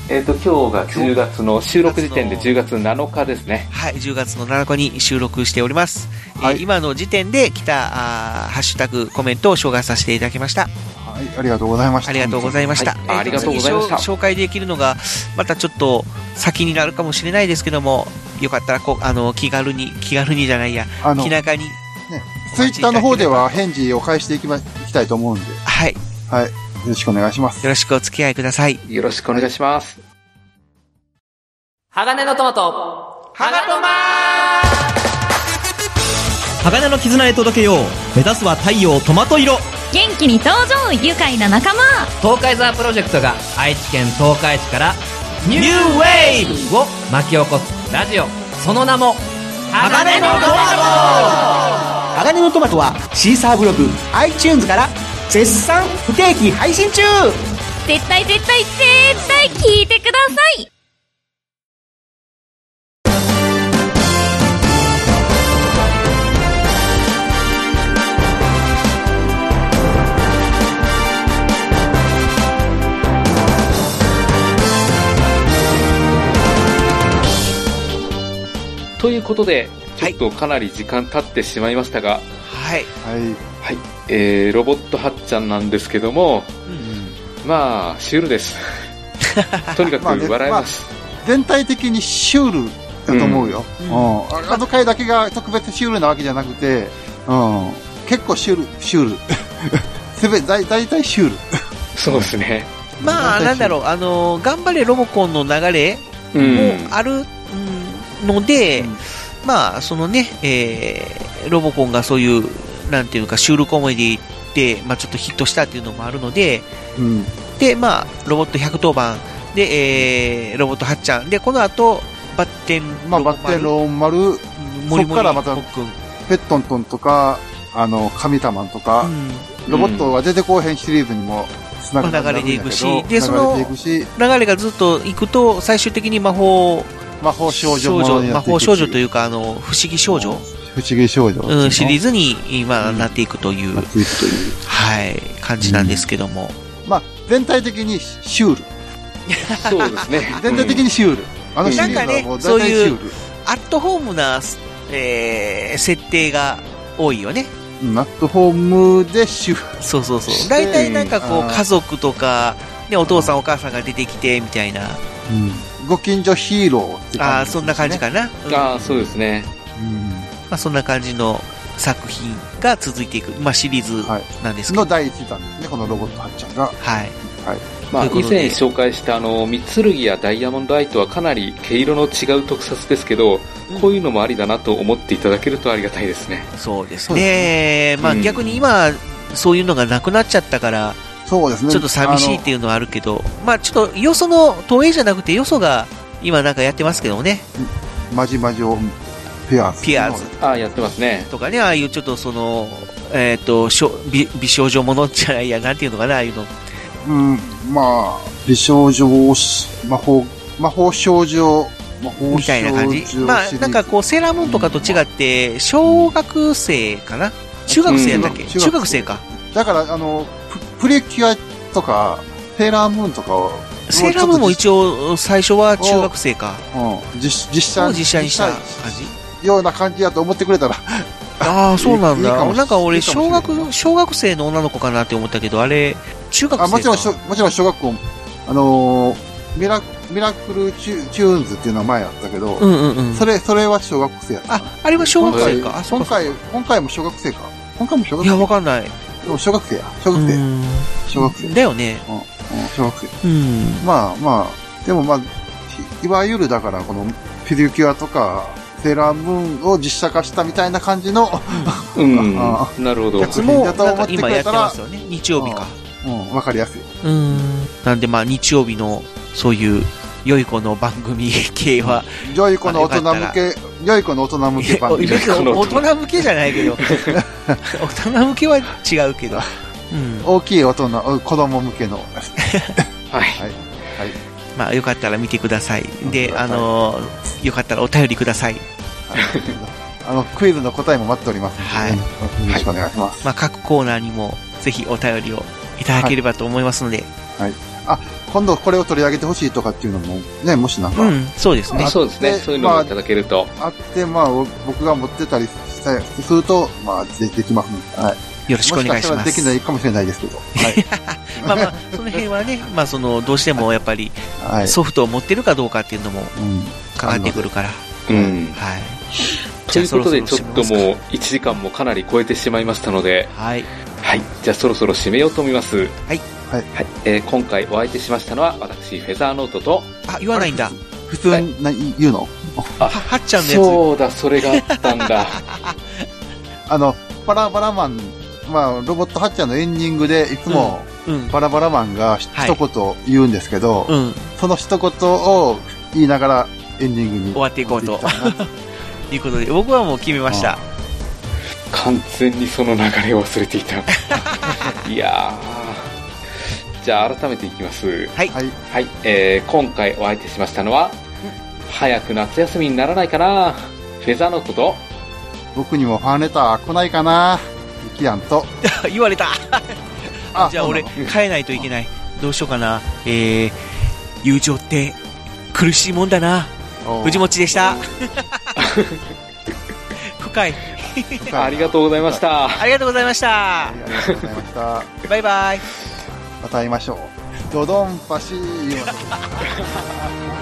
[SPEAKER 1] えっ、と、今日が10月の収録時点で10月7日ですね。
[SPEAKER 3] はい、10月の7日に収録しております。
[SPEAKER 2] は
[SPEAKER 3] え
[SPEAKER 2] い
[SPEAKER 3] ー今の時点で来た、あーハッシュタグ、コメントを紹介させていただきました。
[SPEAKER 2] はい、ありがとうございました。
[SPEAKER 3] ありがとうございました。
[SPEAKER 1] はい
[SPEAKER 3] えー
[SPEAKER 1] ありがとうございました
[SPEAKER 3] 次紹紹介できるのが、またちょっと先になるかもしれないですけども、よかったら、こう、あの、気軽に、気軽にじゃないや、
[SPEAKER 2] あの、
[SPEAKER 3] 気
[SPEAKER 2] ツイ
[SPEAKER 3] 長に、
[SPEAKER 2] ッターの方では返事を返していきま、いきたいと思うんで、よ
[SPEAKER 3] はい、よ
[SPEAKER 2] ろしくお願いします。
[SPEAKER 3] ろしくお付き合いください。
[SPEAKER 1] よろしくお願いします。
[SPEAKER 4] 鋼のトマト、ハガトマ
[SPEAKER 5] 鋼の絆へ届けよう目指すは太陽トマト色
[SPEAKER 6] 元気に登場愉快な仲間
[SPEAKER 4] 東海ザープロジェクトが愛知県東海市からニューウェイブを巻き起こすラジオ、その名も、鋼のトマ
[SPEAKER 7] 鋼のトマトはシーサーブログ iTunes から絶賛不定期配信中
[SPEAKER 6] 絶対絶対絶対聞いてください
[SPEAKER 1] ということで、
[SPEAKER 3] は
[SPEAKER 1] ち
[SPEAKER 3] い
[SPEAKER 1] ょっとかなり時間経ってしまいましたが、はい、
[SPEAKER 3] はい。
[SPEAKER 2] はい。
[SPEAKER 1] えー、ロボットはっちゃんなんですけども、まあ、シュールです。とにか
[SPEAKER 2] まあね
[SPEAKER 1] く笑います。
[SPEAKER 2] 全体的にシュールだと思うよ。うん。ああの回だけが特別シュールなわけじゃなくて、うん。結構シュール、シュール。 すべ、だい、大体シュール。
[SPEAKER 1] そうですね。
[SPEAKER 3] まあ、なんだろう、あのー、頑張れロボコンの流れ
[SPEAKER 1] う
[SPEAKER 3] も
[SPEAKER 1] ん。
[SPEAKER 3] あるうんので、
[SPEAKER 2] うん
[SPEAKER 3] まあ、そのね、えーロボコンがそういう、なんていうか、シュールコメディで、まあ、ちょっとヒットしたっていうのもあるので、
[SPEAKER 2] うん。
[SPEAKER 3] で、まあ、ロボット110番、で、えーロボット8ちゃん、で、この後、バッテン、
[SPEAKER 2] まあ、バッテンローマル、
[SPEAKER 3] ン、モリモリ
[SPEAKER 2] そっからまた
[SPEAKER 3] コックン
[SPEAKER 2] ペットントンとか、あの、神玉とか、
[SPEAKER 3] うん
[SPEAKER 2] ロボットが出てこうへんシリーズにも繋がって
[SPEAKER 3] 流れていくしで
[SPEAKER 2] 流
[SPEAKER 3] その
[SPEAKER 2] れていくし、
[SPEAKER 3] 流れがずっと行くと、最終的に魔法
[SPEAKER 2] 魔法少女ものにな
[SPEAKER 3] 魔
[SPEAKER 2] ってい
[SPEAKER 3] 法
[SPEAKER 2] くし
[SPEAKER 3] 少女というか、あの、不思議少女、
[SPEAKER 2] 不思議少女っていうの
[SPEAKER 3] うん、シリーズに今なっていくという、
[SPEAKER 2] なっていくという。
[SPEAKER 3] はい、感じなんですけども。
[SPEAKER 2] まあ、全体的にシュール。
[SPEAKER 1] そうですね
[SPEAKER 2] 。全体的
[SPEAKER 1] うん
[SPEAKER 2] にシュール。あのシリーズ
[SPEAKER 3] なんかね
[SPEAKER 2] はもう大体シュール。
[SPEAKER 3] アットホームな、えー設定が多いよね。
[SPEAKER 2] ナットホームでシュール。
[SPEAKER 3] そうそうそうう。
[SPEAKER 2] ん
[SPEAKER 3] 大体なんかこ
[SPEAKER 2] あ
[SPEAKER 3] う、
[SPEAKER 2] ー
[SPEAKER 3] 家族とか、ね、お父さんお母さんが出てきて、みたいな。
[SPEAKER 2] ご近所ヒーローって感じ、
[SPEAKER 3] ああ、そんな感じ。かな。うん
[SPEAKER 1] ああ、そうですね。
[SPEAKER 2] うん。
[SPEAKER 3] まあ、そんな感じの作品が続いていく、まあ、シリーズなんですけど。
[SPEAKER 2] の
[SPEAKER 3] はい。
[SPEAKER 2] 第一弾ですね、このロボットはっちゃんが。
[SPEAKER 1] まあ、
[SPEAKER 3] という
[SPEAKER 1] 以
[SPEAKER 3] ことで
[SPEAKER 1] 前紹介したあの、三剣やダイヤモンドアイとはかなり毛色の違う特撮ですけど、こういうのもありだなと思っていただけるとありがたいですね。
[SPEAKER 3] そうです
[SPEAKER 2] そう
[SPEAKER 3] ね。まあ、
[SPEAKER 1] うん
[SPEAKER 3] 逆に今、そういうのがなくなっちゃったから、
[SPEAKER 2] そうですね。
[SPEAKER 3] ちょっと寂しいっていうのはあるけど、まあ、ちょっと、よその、東映じゃなくて、よそが、今なんかやってますけどもね。
[SPEAKER 2] あの。まじまじをピアーズ。
[SPEAKER 3] ピアーズ
[SPEAKER 1] ああ、やってますね。
[SPEAKER 3] とかね、ああいうちょっとその、えっ、と、しょ美美少女ものじゃないや、なんていうのかな、ああいうの。
[SPEAKER 2] うん、まあ、美少女をし、魔法、魔法少女、魔法
[SPEAKER 3] みたいな感じ。まあ、なんかこう、セーラームーンとかと違って、小学生かな中学生やったっけ、
[SPEAKER 2] うん
[SPEAKER 3] 中学生か。
[SPEAKER 2] う。だから、あの、ププリキュアとか、セーラームーンとかを、
[SPEAKER 3] セーラームーンも一応、最初は中学生か。
[SPEAKER 2] うん、実実写
[SPEAKER 3] を実写にした感じ。
[SPEAKER 2] ような感じだと思ってくれたら、
[SPEAKER 3] ああ、そうなん
[SPEAKER 2] いいか
[SPEAKER 3] だ。
[SPEAKER 2] もし
[SPEAKER 3] なんか俺、
[SPEAKER 2] いいかもし
[SPEAKER 3] 小
[SPEAKER 2] れない
[SPEAKER 3] 学、小学生の女の子かなって思ったけど、あれ、中学生か。
[SPEAKER 2] あもちろんしょ、もちろん小学校、あのーミラ、ミラクルチュチューンズっていうのは前あったけど、
[SPEAKER 3] うんうんうん
[SPEAKER 2] そ。れ、それは小学生やった。
[SPEAKER 3] あ、あれは小学生か。あ、そう
[SPEAKER 2] 今
[SPEAKER 3] か。
[SPEAKER 2] 回、今回も小学生か。今回も小
[SPEAKER 3] い
[SPEAKER 2] 学
[SPEAKER 3] や、
[SPEAKER 2] 生
[SPEAKER 3] わかんない。
[SPEAKER 2] でも小学生や。小
[SPEAKER 3] う
[SPEAKER 2] 学生。
[SPEAKER 3] ん。
[SPEAKER 2] 小学生。うん
[SPEAKER 3] だよね。
[SPEAKER 2] 小学生。
[SPEAKER 3] うん。
[SPEAKER 2] まあまあ、でもまあ、いいわゆるだから、この、ピリキュアとか、セーラームーンを実写化したみたいな感じの、
[SPEAKER 1] うん。
[SPEAKER 2] あ
[SPEAKER 1] なるほど。
[SPEAKER 2] 逆
[SPEAKER 1] う
[SPEAKER 2] に
[SPEAKER 3] も
[SPEAKER 2] や
[SPEAKER 3] う、な
[SPEAKER 2] ったら
[SPEAKER 3] んか今やってますよね。日曜日か。
[SPEAKER 2] うん、わかりやすい。
[SPEAKER 3] うん。なんでまあ、日曜日の、そういう、良い子の番組系は、
[SPEAKER 2] 良い子の大人向け、良い子の大人向け番組
[SPEAKER 3] いや。大人向けじゃない けど、大人向けは違うけど。うん。
[SPEAKER 2] 大きい大人、うん子供向けの。
[SPEAKER 1] はい。
[SPEAKER 3] まあ、よかったら見てください。で、
[SPEAKER 2] はい
[SPEAKER 3] あのーよかったらお便りください。
[SPEAKER 2] あの、クイズの答えも待っておりますので。
[SPEAKER 3] はい
[SPEAKER 2] よろしくお願いします。
[SPEAKER 3] まあ、各コーナーにも、ぜひお便りをいただければと思いますので。
[SPEAKER 2] 今度これを取り上げてほしいとかっていうのも、ね、もしなんか、
[SPEAKER 3] うん、そうですね
[SPEAKER 2] あ。
[SPEAKER 1] そうですね。
[SPEAKER 2] で
[SPEAKER 1] そういうの
[SPEAKER 2] ま
[SPEAKER 1] も
[SPEAKER 2] あ
[SPEAKER 1] いただけると。
[SPEAKER 2] あって、まあ、お僕が持ってたりしたすると、まあ、でできますので。はい。よ
[SPEAKER 3] よろしくお願いし
[SPEAKER 2] もしかしたら
[SPEAKER 3] ま
[SPEAKER 2] できな
[SPEAKER 3] す。
[SPEAKER 2] いかもしれないですけど。はい。
[SPEAKER 3] まあまあ、その辺はね、 まあ、その、どうしてもやっぱり、
[SPEAKER 2] はい。
[SPEAKER 3] ソフトを持ってるかどうかっていうのも、
[SPEAKER 2] うん。
[SPEAKER 3] かかってくるから。
[SPEAKER 1] うん。
[SPEAKER 3] はい。
[SPEAKER 1] ということで、ちょっと
[SPEAKER 3] う。
[SPEAKER 1] もう1時間もかなり超えてしまいましたので、
[SPEAKER 3] はい。
[SPEAKER 1] はい。じゃあそろそろ締めようと思います。
[SPEAKER 3] はい。
[SPEAKER 2] はい
[SPEAKER 1] えー今回お相手しましたのは、私、フェザーノートと、
[SPEAKER 3] あ、言わないんだ。
[SPEAKER 2] 普通に、な言うの
[SPEAKER 3] は、はっちゃんのやつ。
[SPEAKER 1] そうだ、それがあったんだ。
[SPEAKER 2] あの、バラバラマン、まあ、ロボットハッチャーのエンディングで、いつも、
[SPEAKER 3] うん。
[SPEAKER 2] バラバラマンがひ
[SPEAKER 3] はい
[SPEAKER 2] 一言言うんですけど、
[SPEAKER 3] うん。
[SPEAKER 2] その一言を言いながらエンディングに。
[SPEAKER 3] 終わっていこうと
[SPEAKER 2] 持っていったな
[SPEAKER 3] ということで、僕はもう決めました。
[SPEAKER 1] 完全にその流れを忘れていた。いやー。じゃあ改めていきます。
[SPEAKER 2] はい。
[SPEAKER 1] はい。えー今回お相手しましたのは、早く夏休みにならないかな。フェザーノートと、
[SPEAKER 2] 僕にもファンレター来ないかな。ゆきやんと。
[SPEAKER 3] 言われた
[SPEAKER 2] あ
[SPEAKER 3] じゃあ俺、
[SPEAKER 2] そう
[SPEAKER 3] 変えないといけない。どうしようかな。えー、友情って苦しいもんだな。
[SPEAKER 2] なの
[SPEAKER 3] 藤持ちでした。 深い。
[SPEAKER 1] ありがとうございまし。た。
[SPEAKER 3] ありがとうございまし
[SPEAKER 2] おー。
[SPEAKER 3] た
[SPEAKER 2] ありがとうございました。
[SPEAKER 3] バイバイ。
[SPEAKER 2] また会いましょう。ドドンパシー。